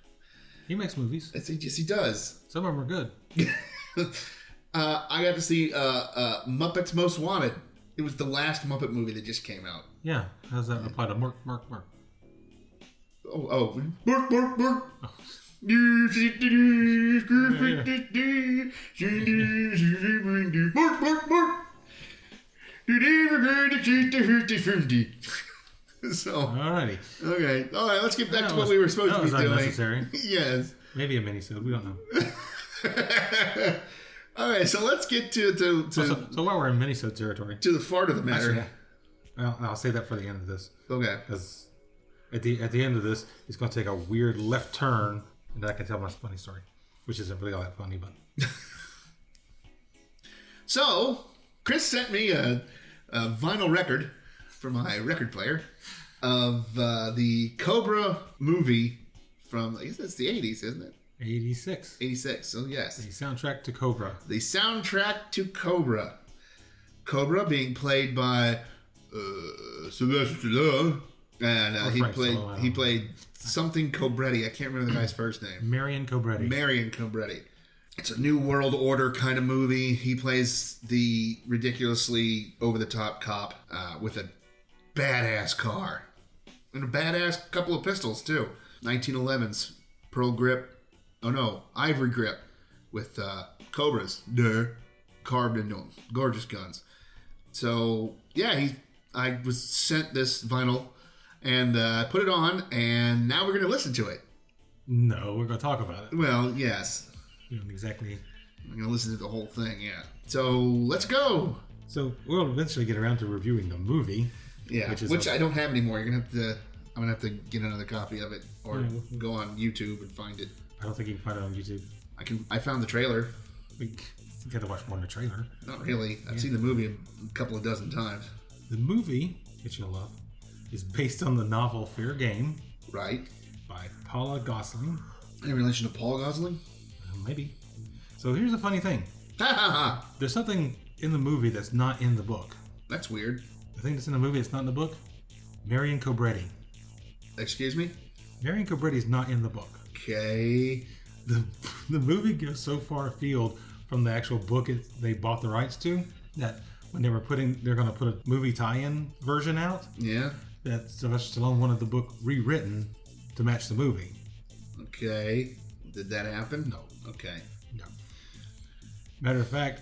He makes movies. That's, yes, he does. Some of them are good. uh, I got to see uh, uh, Muppets Most Wanted. It was the last Muppet movie that just came out. Yeah. How's that apply to mork, mork, mork? Oh, oh. Burp, burp, burp. Burp, burp, burp. You never heard the kid to hurt the fundy. So, Alrighty. okay. All right, let's get back That to what was- we were supposed that to be was doing. unnecessary. yes. Maybe a minisode. We don't know. All right, so let's get to to, So, to, so, so while we're in minisode territory, to the fart of the matter. actually, I'll, I'll say that for the end of this. Okay. Because at the at the end of this, it's going to take a weird left turn, and then I can tell my funny story, which isn't really all that funny, but So, Chris sent me a, a vinyl record for my record player of uh, the Cobra movie from, I guess that's the 80s, isn't it? 86. 86. So, yes. The soundtrack to Cobra. The soundtrack to Cobra. Cobra being played by uh, Sylvester Stallone. And uh, he Frank played Stallone. he played something Cobretti. I can't remember the guy's first name. Marion Cobretti. Marion Cobretti. It's a New World Order kind of movie. He plays the ridiculously over the top cop uh, with a badass car and a badass couple of pistols, too. 1911s, Pearl Grip. Oh no, Ivory Grip with uh, Cobras. Duh. Carved into them. Gorgeous guns. So, yeah, he, I was sent this vinyl and uh, put it on, and now we're going to listen to it. no, we're going to talk about it. Well, yes. We don't exactly. I'm gonna listen to the whole thing, yeah. So let's go. So we'll eventually get around to reviewing the movie. Yeah, which, Which is a- I don't have anymore. You're gonna have to. I'm gonna have to get another copy of it or Yeah, we'll- go on YouTube and find it. I don't think you can find it on YouTube. I can. I found the trailer. We got to watch more than the trailer. Not really. I've seen the movie a couple of dozen times. The movie, which you'll love, is based on the novel Fair Game Right. by Paula Gosling. In relation to Paul Gosling. Uh, Maybe. So here's the funny thing Ha ha ha. there's something in the movie that's not in the book. That's weird. The thing that's in the movie that's not in the book? Marion Cobretti. Excuse me. Marion Cobretti's not in the book. Okay. The, the movie goes so far afield from the actual book it, they bought the rights to that when they were putting, they're going to put a movie tie in version out, Yeah. that Sylvester Stallone wanted the book rewritten to match the movie. Okay. Did that happen? No. Okay. No. Matter of fact,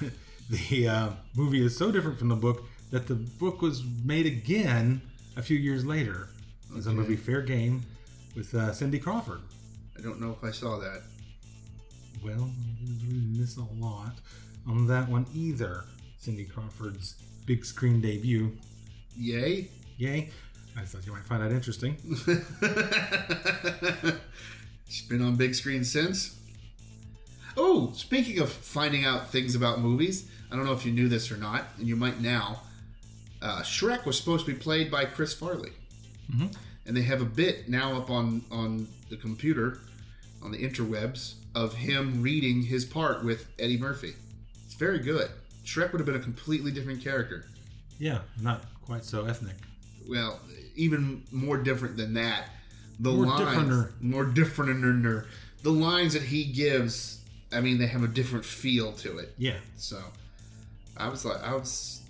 the uh, movie is so different from the book that the book was made again a few years later as a Okay. movie Fair Game with uh, Cindy Crawford. I don't know if I saw that. Well, we miss a lot on that one either. Cindy Crawford's big screen debut. Yay. Yay. I thought you might find that interesting. She's been on big screen since. Oh, speaking of finding out things about movies, I don't know if you knew this or not, and you might now. Uh, Shrek was supposed to be played by Chris Farley, Mhm. and they have a bit now up on on the computer, on the interwebs, of him reading his part with Eddie Murphy. It's very good. Shrek would have been a completely different character. Yeah, not quite so ethnic. Well, even more different than that. The More lines differenter. more different the lines that he gives, I mean, they have a different feel to it. Yeah. So I was like I was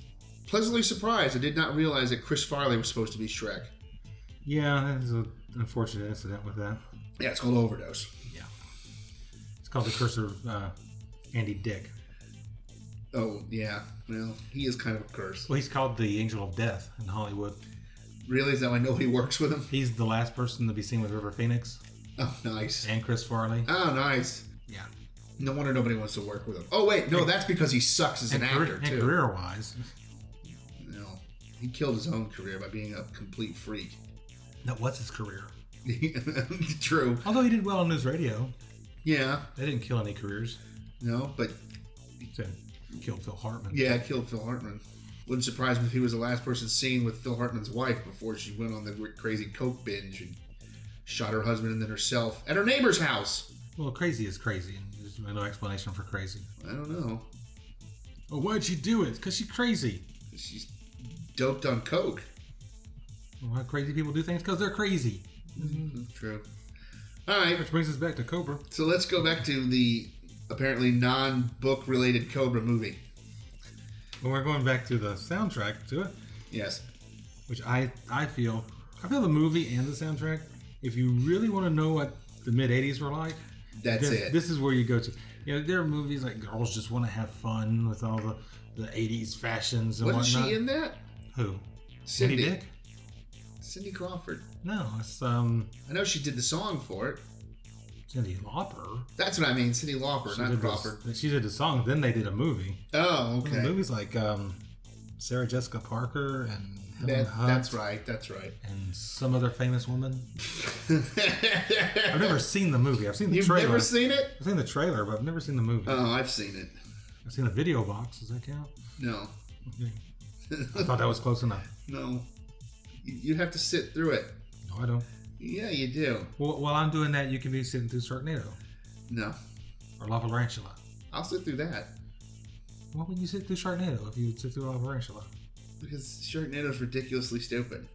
pleasantly surprised. I did not realize that Chris Farley was supposed to be Shrek. Yeah, that was an unfortunate incident with that. Yeah, it's called overdose. Yeah. It's called The Curse of uh, Andy Dick. Oh yeah. Well, he is kind of a curse. Well, he's called the Angel of Death in Hollywood. Really, is that why nobody works with him? He's the last person to be seen with River Phoenix Oh nice. and Chris Farley. Oh nice. Yeah. No wonder nobody wants to work with him. Oh wait, no, that's because he sucks as an actor and too. career wise. No, he killed his own career by being a complete freak. That was his career. True. Although he did well on news radio, Yeah. that didn't kill any careers. No, but So killed Phil Hartman. yeah, I killed Phil Hartman. Wouldn't surprise me if he was the last person seen with Phil Hartman's wife before she went on the r- crazy coke binge and shot her husband and then herself at her neighbor's house. Well, crazy is crazy, and there's no explanation for crazy. I don't know. Oh, why'd she do it? Because she's crazy. She's doped on coke. Why crazy people do things? Because they're crazy. Mm-hmm. True. All right. Which brings us back to Cobra. So let's go back to the apparently non-book related Cobra movie. When we're going back to the soundtrack to it, Yes. which I I feel I feel the movie and the soundtrack. If you really want to know what the mid '80s were like, That's this, it. This is where you go to. You know, there are movies like girls just want to have fun with all the the '80s fashions and Wasn't whatnot. she in that? Who? Cindy Cindy. Dick? Cindy Crawford. No, it's um I know she did the song for it. Cindy Lauper. That's what I mean, Cindy Lauper, She not did Crawford. The, she did a song, then they did a movie. Oh, The okay. movies like um, Sarah Jessica Parker and Helen That, Hunt that's right. That's right. and some other famous woman. I've never seen the movie. I've seen the You've trailer. never seen it? I've seen the trailer, but I've never seen the movie. Oh, I've seen it. I've seen the video box. Does that count? No, Okay. I thought that was close enough. no. You, you have to sit through it. No, I don't. Yeah, you do. Well, while I'm doing that, you can be sitting through Sharknado No, or La Tarantula. I'll sit through that Why would you sit through Sharknado if you sit through La Tarantula? because Sharknado's ridiculously stupid.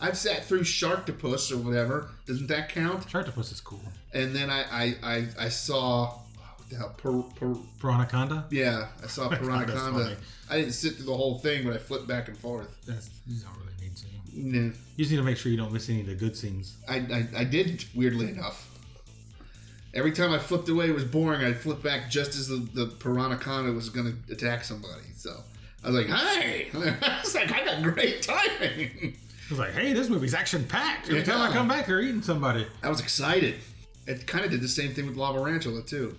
I've sat through Sharktopus or whatever. Doesn't that count? Sharktopus is cool. And then I I I, I saw oh, what the hell? Per, per, Piranaconda. yeah, I saw Piranaconda's Piranaconda. funny. I didn't sit through the whole thing, but I flipped back and forth. That's you don't really need to. No. You just need to make sure you don't miss any of the good scenes. I, I, I did weirdly enough. Every time I flipped away, it was boring. I'd flip back just as the, the Piranaconda was going to attack somebody. So I was like, "Hey!" I was like, "I got great timing." It was like, hey, this movie's action packed. Every time I Yeah. come back, they're eating somebody. I was excited. It kind of did the same thing with Lava Ranchula too.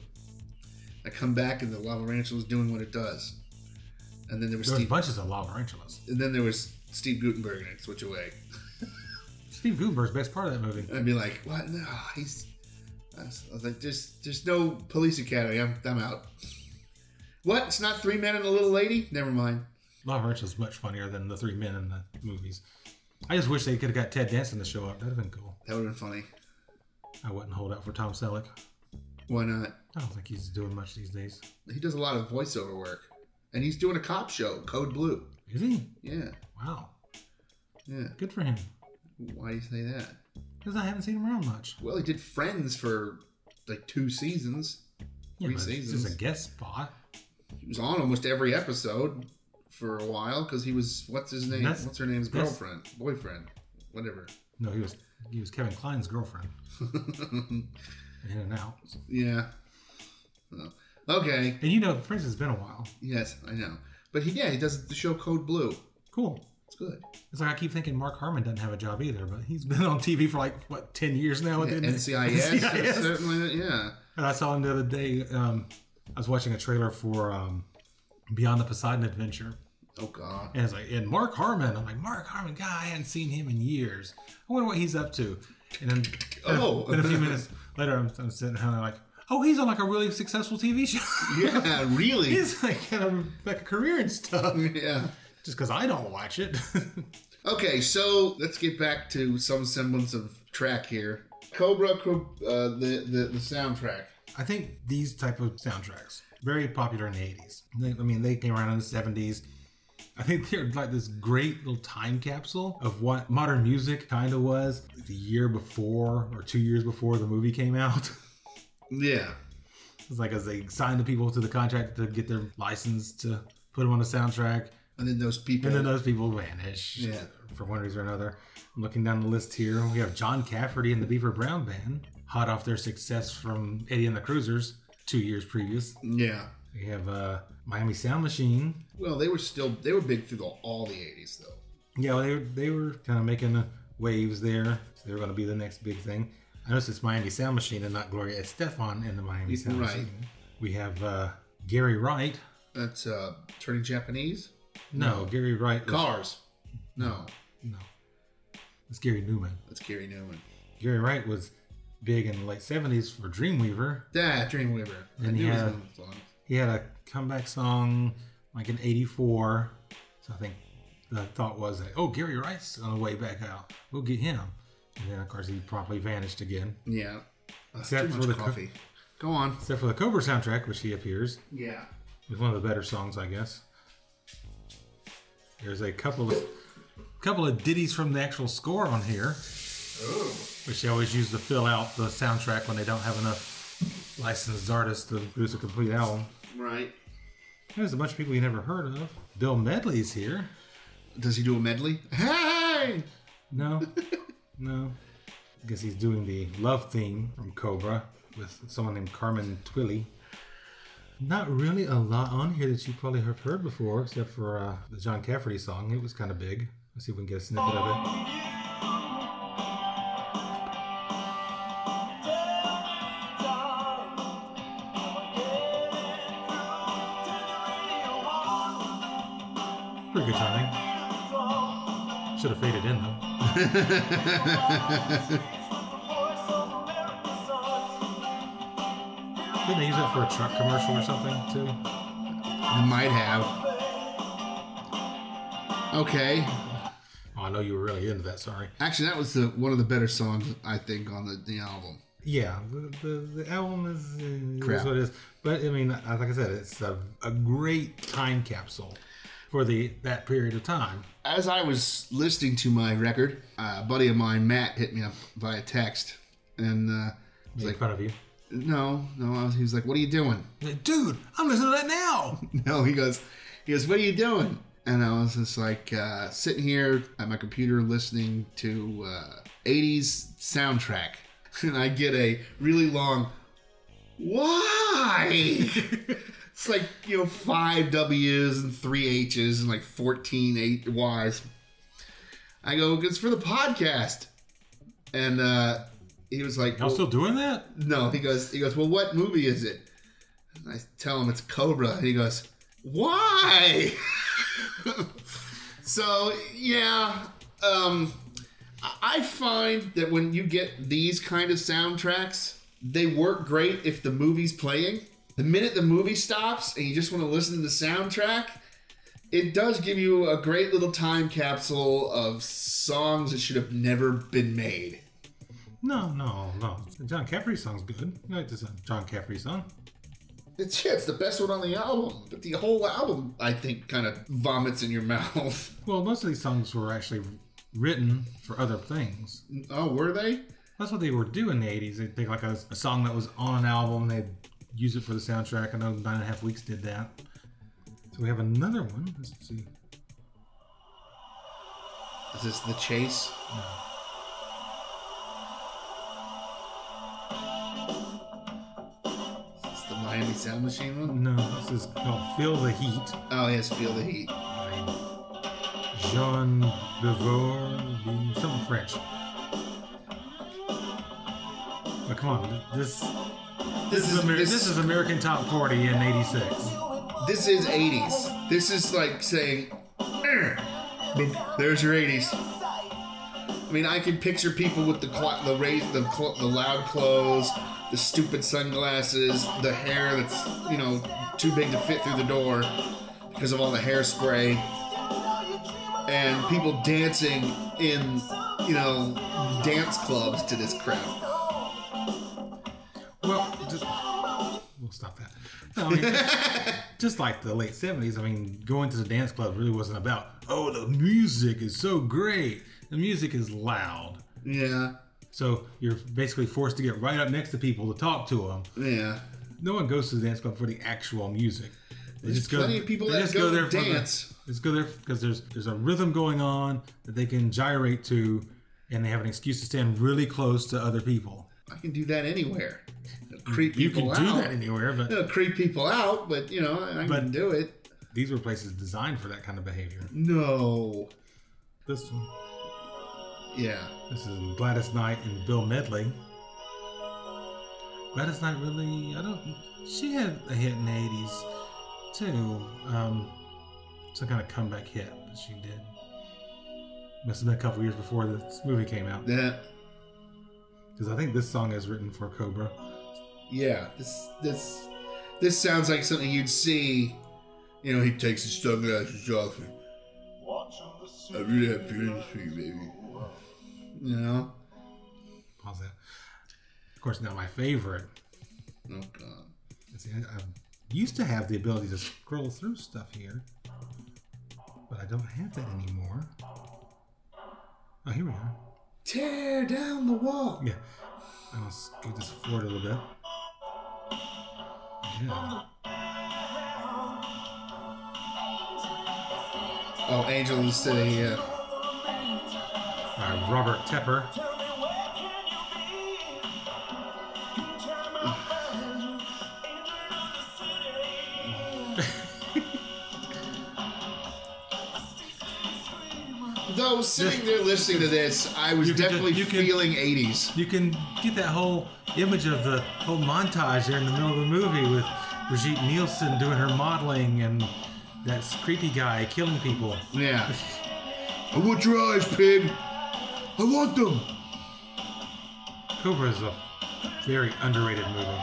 I come back and the Lava Ranchula is doing what it does, and then there was There was Steve. bunches of lava tarantulas. And then there was Steve Gutenberg, and I'd switch away. Steve Gutenberg's the best part of that movie. And I'd be like, "What? No, he's." I was, I was like, "There's, there's no police academy. I'm, I'm out." What? It's not three men and a little lady. Never mind. Lava Ranchula's much funnier than the three men in the movies. I just wish they could have got Ted Danson to show up. That'd have been cool. That would have been funny. I wouldn't hold out for Tom Selleck. Why not? I don't think he's doing much these days. He does a lot of voiceover work, and he's doing a cop show, Code Blue. Is he? Yeah, Wow. yeah. Good for him. Why do you say that? Because I haven't seen him around much. Well, he did Friends for like two seasons. Yeah, Three but it's seasons. just a guest spot. He was on almost every episode for a while because he was what's his name? That's- what's her name's that's- girlfriend, boyfriend, whatever. No, he was he was Kevin Klein's girlfriend. In and out. yeah. Oh. Okay. And you know, Friends has been a while. Yes, I know. But he, yeah, he does the show Code Blue. Cool. It's good. It's like I keep thinking Mark Harmon doesn't have a job either, but he's been on TV for like what ten years now. Yeah, didn't he? NCIS, NCIS. uh, certainly. Yeah. And I saw him the other day. Um, I was watching a trailer for um, Beyond the Poseidon Adventure, Oh God. and it's like, and Mark Harmon. I'm like, Mark Harmon, God, I hadn't seen him in years. I wonder what he's up to. And then, Oh. then a few minutes later, I'm, I'm sitting down like, oh, he's on like a really successful TV show. Yeah, really. he's like had a, like a career and stuff. yeah. Just because I don't watch it. Okay, so let's get back to some semblance of track here. Cobra, Cro- uh, the, the the soundtrack. I think these type of soundtracks very popular in the 80s. They- I mean, they came around in the 70s. I think they're like this great little time capsule of what modern music kind of was the year before or two years before the movie came out. Yeah. It's like as they signed the people to the contract to get their license to put them on the soundtrack, And then those people. and then those people vanish Yeah. for one reason or another. I'm looking down the list here. We have John Cafferty and the Beaver Brown Band, hot off their success from Eddie and the Cruisers two years previous. yeah. We have uh, Miami Sound Machine. Well, they were still they were big through the, all the '80s though. Yeah, well, they were, they were kind of making waves there. So they were going to be the next big thing. I noticed it's Miami Sound Machine and not Gloria Estefan in the Miami Sound Right. Machine, we have uh, Gary Wright. That's uh, turning Japanese. No, Gary Wright. is- Cars. No, No. It's Gary Newman. that's Gary Newman. Gary Wright was big in the late 70s for Dreamweaver. Yeah, Dreamweaver. I And knew yeah. it was one of the songs. He had a comeback song like in 84. So I think the thought was that, oh, Gary Wright's on the way back out. We'll get him. And then, of course, he promptly vanished again. Yeah. That's Except too for much the co- coffee. Go on. Except for the Cobra soundtrack, which he appears. Yeah. It's one of the better songs, I guess. There's a couple of couple of ditties from the actual score on here, which they always use to fill out the soundtrack when they don't have enough licensed artists to produce a complete album. Right. There's a bunch of people you never heard of. Bill Medley's here. Does he do a medley? Hey! No, no. I guess he's doing the love theme from Cobra with someone named Carmen Twilly. Not really a lot on here that you probably have heard before, except for uh, the John Cafferty song. It was kind of big. Let's see if we can get a snippet of it. Pretty good timing. Should have faded in though. Didn't they use that for a truck commercial or something too? Might have. Okay. Oh, I know you were really into that. Sorry. Actually, that was the one of the better songs I think on the, the album. Yeah, the, the, the album is, uh, Crap. is what it is. But I mean, uh, like I said, it's a, a great time capsule for the that period of time. As I was listening to my record, uh, a buddy of mine, Matt, hit me up via text, and uh, was Make like, fun of you, "No, no." I was, he was like, "What are you doing?" Like, dude. I'm listening to that now. No, he goes, he goes, what are you doing? And I was just like uh, sitting here at my computer listening to uh, 80s soundtrack, and I get a really long, why? it's like you know five W's and three H's and like 14 eight Y's. I go, it's for the podcast, and uh, he was like, Y'all "Well, still doing that? no, he goes. He goes. Well, what movie is it? And I tell him it's Cobra, and he goes, "Why?" so yeah, um, I- I find that when you get these kind of soundtracks, they work great if the movie's playing. The minute the movie stops and you just want to listen to the soundtrack, it does give you a great little time capsule of songs that should have never been made. No, no, no. The John Cafferty song's good. I like this uh, John Cafferty song. It's yeah, it's the best one on the album, but the whole album I think kind of vomits in your mouth. Well, most of these songs were actually written for other things. oh, were they? That's what they were doing in the 80s. They'd take like a, a song that was on an album, they'd use it for the soundtrack. I know Nine and a Half Weeks did that. So we have another one. Let's see. Is this the chase? Is this the Miami Sound Machine one? No, this is called Feel the Heat Oh yes, feel the heat. by Jean Devore, something French. But come on, this, this, is, Amer- this, this, is American Top 40 in 86. this is eighties. This is like saying, "Er, boop, there's your eighties. I mean, I can picture people with the cl- the raise the cl- the loud clothes, the stupid sunglasses, the hair that's you know too big to fit through the door because of all the hairspray, and people dancing in you know dance clubs to this crap. Well, just, we'll stop that. No, I mean, just like the late seventies, I mean, going to the dance club really wasn't about oh the music is so great. The music is loud, Yeah, so you're basically forced to get right up next to people to talk to them. yeah. No one goes to the dance club for the actual music. They There's just go, plenty of people they that just go go there to for the- dance. Let's go there because there's there's a rhythm going on that they can gyrate to, and they have an excuse to stand really close to other people. I can do that anywhere. Creep You people can do out. that anywhere, but It'll creep people out, but you know, I But- can do it. These were places designed for that kind of behavior. No. This one. Yeah. This is Gladys Knight and Bill Medley. But it's not really. I don't. She had a hit in the '80s too. Um, some kind of comeback hit that she did. Must have been a couple years before this movie came out. That Because I think this song is written for Cobra. yeah, this this this sounds like something you'd see. You know, he takes his sunglasses off and I really have feelings for you, baby. You know? Pause that. Of course, now my favorite. Oh god. Let's See, I, I used to have the ability to scroll through stuff here, but I don't have that anymore. Oh, here we are. Tear down the wall. Yeah. I'm gonna scoot this forward a little bit. Yeah. Oh, Angel is sitting here. By Robert Tepper. Though sitting there listening to this, I was You can definitely just- you can- feeling 80s. You can get that whole image of the whole montage there in the middle of the movie with Brigitte Nielsen doing her modeling and that creepy guy killing people. Yeah. I want your eyes, pig. I want them. Cobra is a very underrated movie.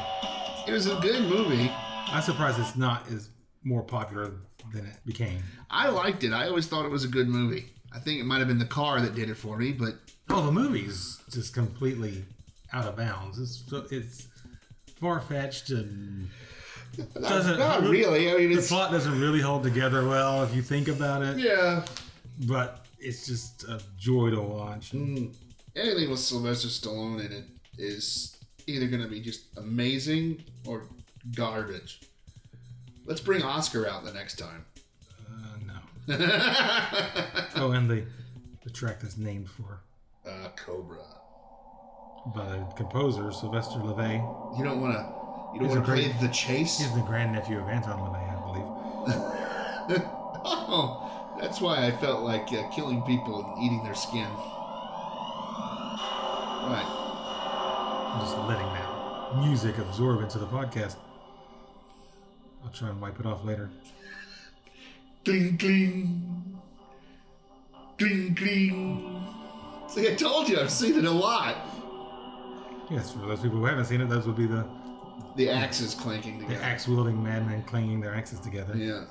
It was a good movie. I'm surprised it's not as more popular than it became. I liked it. I always thought it was a good movie. I think it might have been the car that did it for me, but Oh, the movie's just completely out of bounds. It's it's far fetched and doesn't not really. I mean, The it's plot doesn't really hold together well if you think about it. yeah. But it's just a joy to watch. Mm. Hmm. Anything with Sylvester Stallone in it is either going to be just amazing or garbage. Let's bring Oscar out the next time. Uh, no. oh, and the the track that's named for Uh, Cobra. by the composer Sylvester LeVay. You don't want to. You It's don't a want to play great- the chase. He's the grandnephew of Anton LeVay, I believe. Oh, that's why I felt like uh, killing people and eating their skin. Right. I'm just letting that music absorb into the podcast. I'll try and wipe it off later. Cling, cling. Cling, cling. See, I told you, I've seen it a lot. Yes, for those people who haven't seen it, those would be the, The axes clanking the together. axe wielding madmen clanging their axes together. Yeah.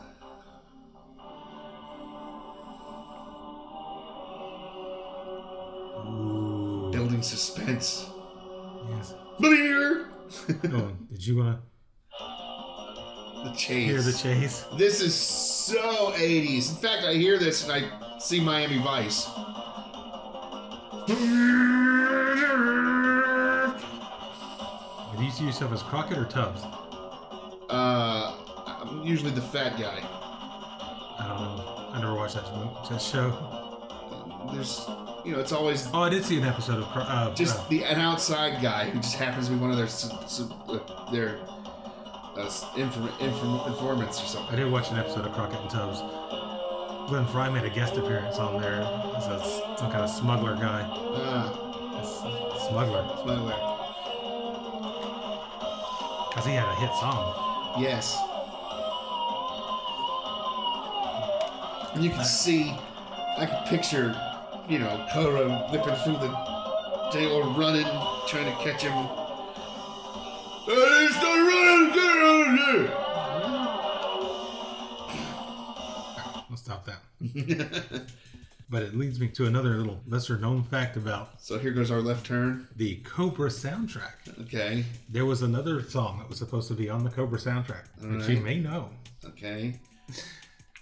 Ooh. Building suspense. Yes. Bleeder! Oh, did you want the to chase. hear the chase? This is so 80s. In fact, I hear this and I see Miami Vice. Do you see yourself as Crockett or Tubbs? Uh, I'm usually the fat guy. I don't know. I never watched that, mo- that show. There's, you know, it's always Oh, I did see an episode of Cro- uh, just uh, the an outside guy who just happens to be one of their su- su- uh, their uh, s- inform- inform- informants or I something. did watch an episode of Crockett and Tubbs. Glenn Fry made a guest appearance on there as a, s- some kind of smuggler guy. Ah, A s- smuggler. smuggler. Because he had a hit song. Yes. And you can see, I can picture, you know, Koro nipping through the jail, running, trying to catch him. Hey, stop running! Get out of here! I'll stop that. but it leads me to another little lesser known fact about So here goes our left turn. the Cobra soundtrack. Okay, There was another song that was supposed to be on the Cobra soundtrack, which you Alright. may know, okay,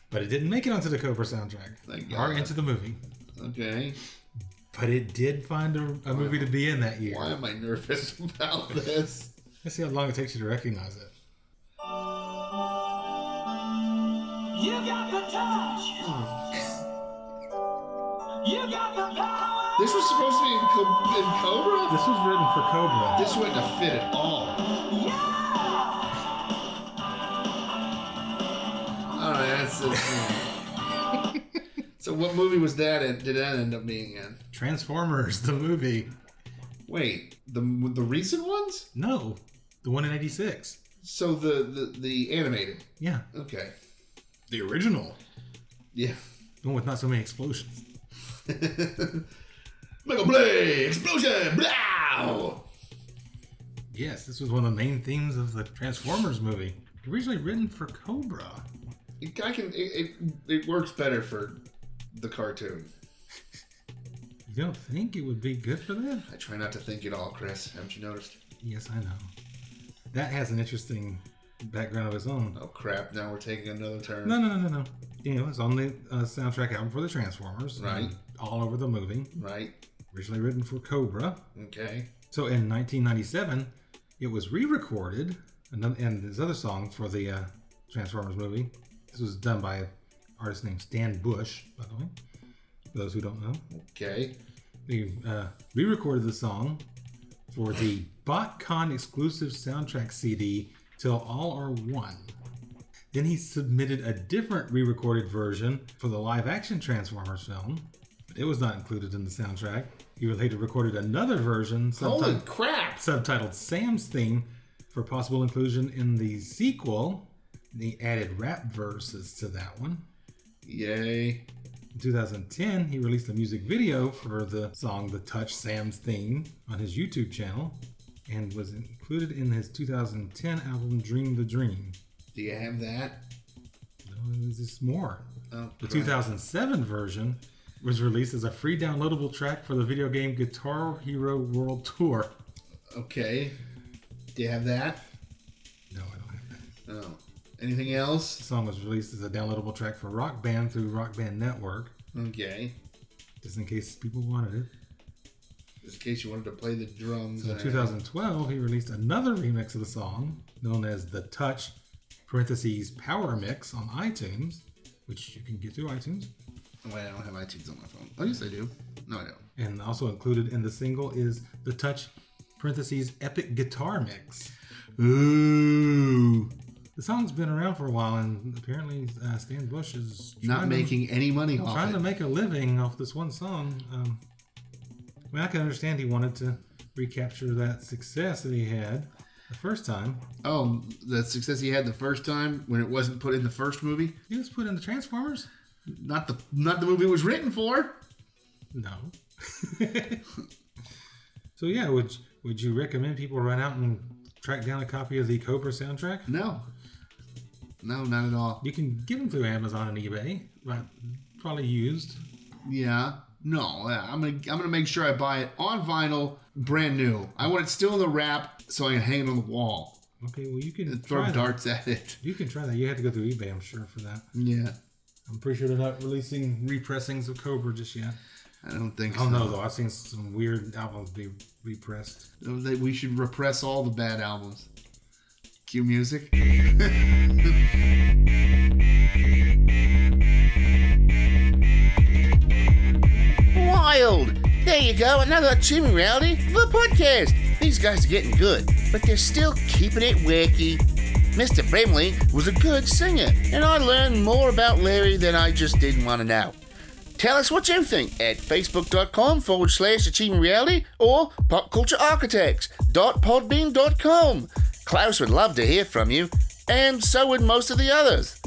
but it didn't make it onto the Cobra soundtrack Thank or God. into the movie. okay. But it did find a, a movie to be in that year. Why am I nervous about this? Let's see how long it takes you to recognize it. You got the touch. You got the power. This was supposed to be in, Co- in Cobra? This was written for Cobra. This wouldn't have fit at all. Yeah. Alright, that's it. so, what movie was that in? Did that end up being in? Transformers, the movie. Wait, the the recent ones? No, The one in '86. So the, the the animated. Yeah, Okay. the original. Yeah. The one with not so many explosions. Mega Blade explosion. Blow. Yes, this was one of the main themes of the Transformers movie. Originally written for Cobra. It, I can. It, it it works better for the cartoon. You don't think it would be good for that? I try not to think at all, Chris. Haven't you noticed? Yes, I know. That has an interesting background of its own. Oh crap! Now we're taking another turn. No, no, no, no, no. You know, it's on the uh, soundtrack album for the Transformers. Right. All over the movie. Right. Originally written for Cobra. Okay. So in 1997, it was re-recorded, another, and this other song for the uh, Transformers movie. This was done by an artist named Stan Bush, by the way. For those who don't know, Okay. they uh, re-recorded the song for the BotCon exclusive soundtrack CD "Till All Are One." Then he submitted a different re-recorded version for the live-action Transformers film, but it was not included in the soundtrack. He later recorded another version. Holy sometime- crap! subtitled Sam's Theme for possible inclusion in the sequel. He added rap verses to that one. Yay! In 2010, he released a music video for the song The Touch Sam's Theme on his YouTube channel and was included in his 2010 album Dream the Dream. Do you have that? No, This is more. Oh, The crap. 2007 version was released as a free downloadable track for the video game Guitar Hero World Tour. Okay. Do you have that? No, I don't have that. Oh. Anything else? The song was released as a downloadable track for Rock Band through Rock Band Network, Okay. just in case people wanted it. Just in case you wanted to play the drums. So in and- 2012, he released another remix of the song, known as The Touch (parentheses Power Mix) on iTunes, which you can get through iTunes. Oh, wait, I don't have iTunes on my phone. Oh, yes, I do. No, I don't. And also included in the single is The Touch (parentheses Epic Guitar Mix). Ooh. The song's been around for a while, and apparently uh, Stan Bush is Not trying to- making any money off trying it. to make a living off this one song. Um, I mean, I can understand he wanted to recapture that success that he had the first time. oh, the success he had the first time when it wasn't put in the first movie. He was put in the Transformers. Not the not the movie it was written for. No. so yeah, would would you recommend people run out and track down a copy of the Cobra soundtrack? No. No, not at all. You can get them through Amazon and eBay, but probably used. Yeah. No, yeah, I'm gonna I'm gonna make sure I buy it on vinyl, brand new. I want it still in the wrap so I can hang it on the wall Okay, well you can and throw try darts at it. That. You can try that. You have to go through eBay, I'm sure, for that. Yeah, I'm pretty sure they're not releasing repressings of Cobra just yet. I don't think I don't so. know though. I've seen some weird albums be repressed. Oh, that we should repress all the bad albums. Cue music. Wild! There you go, another Achievement Reality, the podcast. These guys are getting good, but they're still keeping it wacky. Mr. Brimley was a good singer, and I learned more about Larry than I just didn't want to know. Tell us what you think at facebook.com forward slash achieving reality or popculturearchitects.podbean.com. Klaus would love to hear from you, and so would most of the others.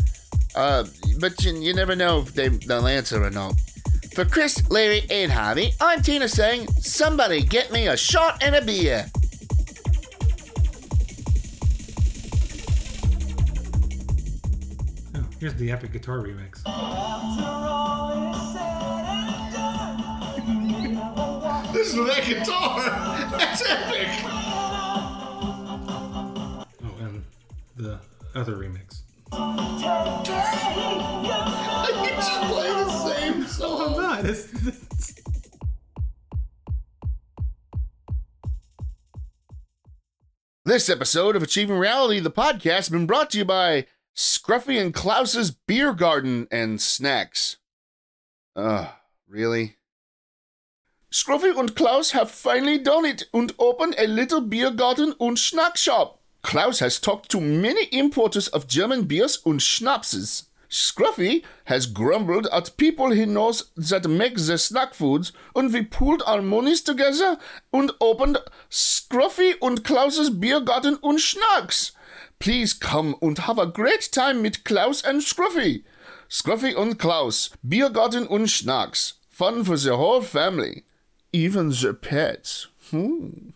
Uh, but you, you never know if they, they'll answer or not. For Chris, Larry, and Harvey, I'm Tina saying, somebody get me a shot and a beer. Oh, here's the epic guitar remix. Oh, This is that guitar. That's epic. Oh, and the other remix. You just play the same song. Not it's, it's This episode of Achieving Reality, the podcast, has been brought to you by Scruffy and Klaus's Beer Garden and Snacks. Ugh, really? Scruffy and Klaus have finally done it and opened a little beer garden and snack shop. Klaus has talked to many importers of German beers and schnapses. Scruffy has grumbled at people he knows that make the snack foods, and we pulled our monies together and opened Scruffy and Klaus's beer garden and schnacks. Please come and have a great time with Klaus and Scruffy. Scruffy und Klaus, Biergarten und Schnacks. Fun for the whole family. Even the pets. Hmm.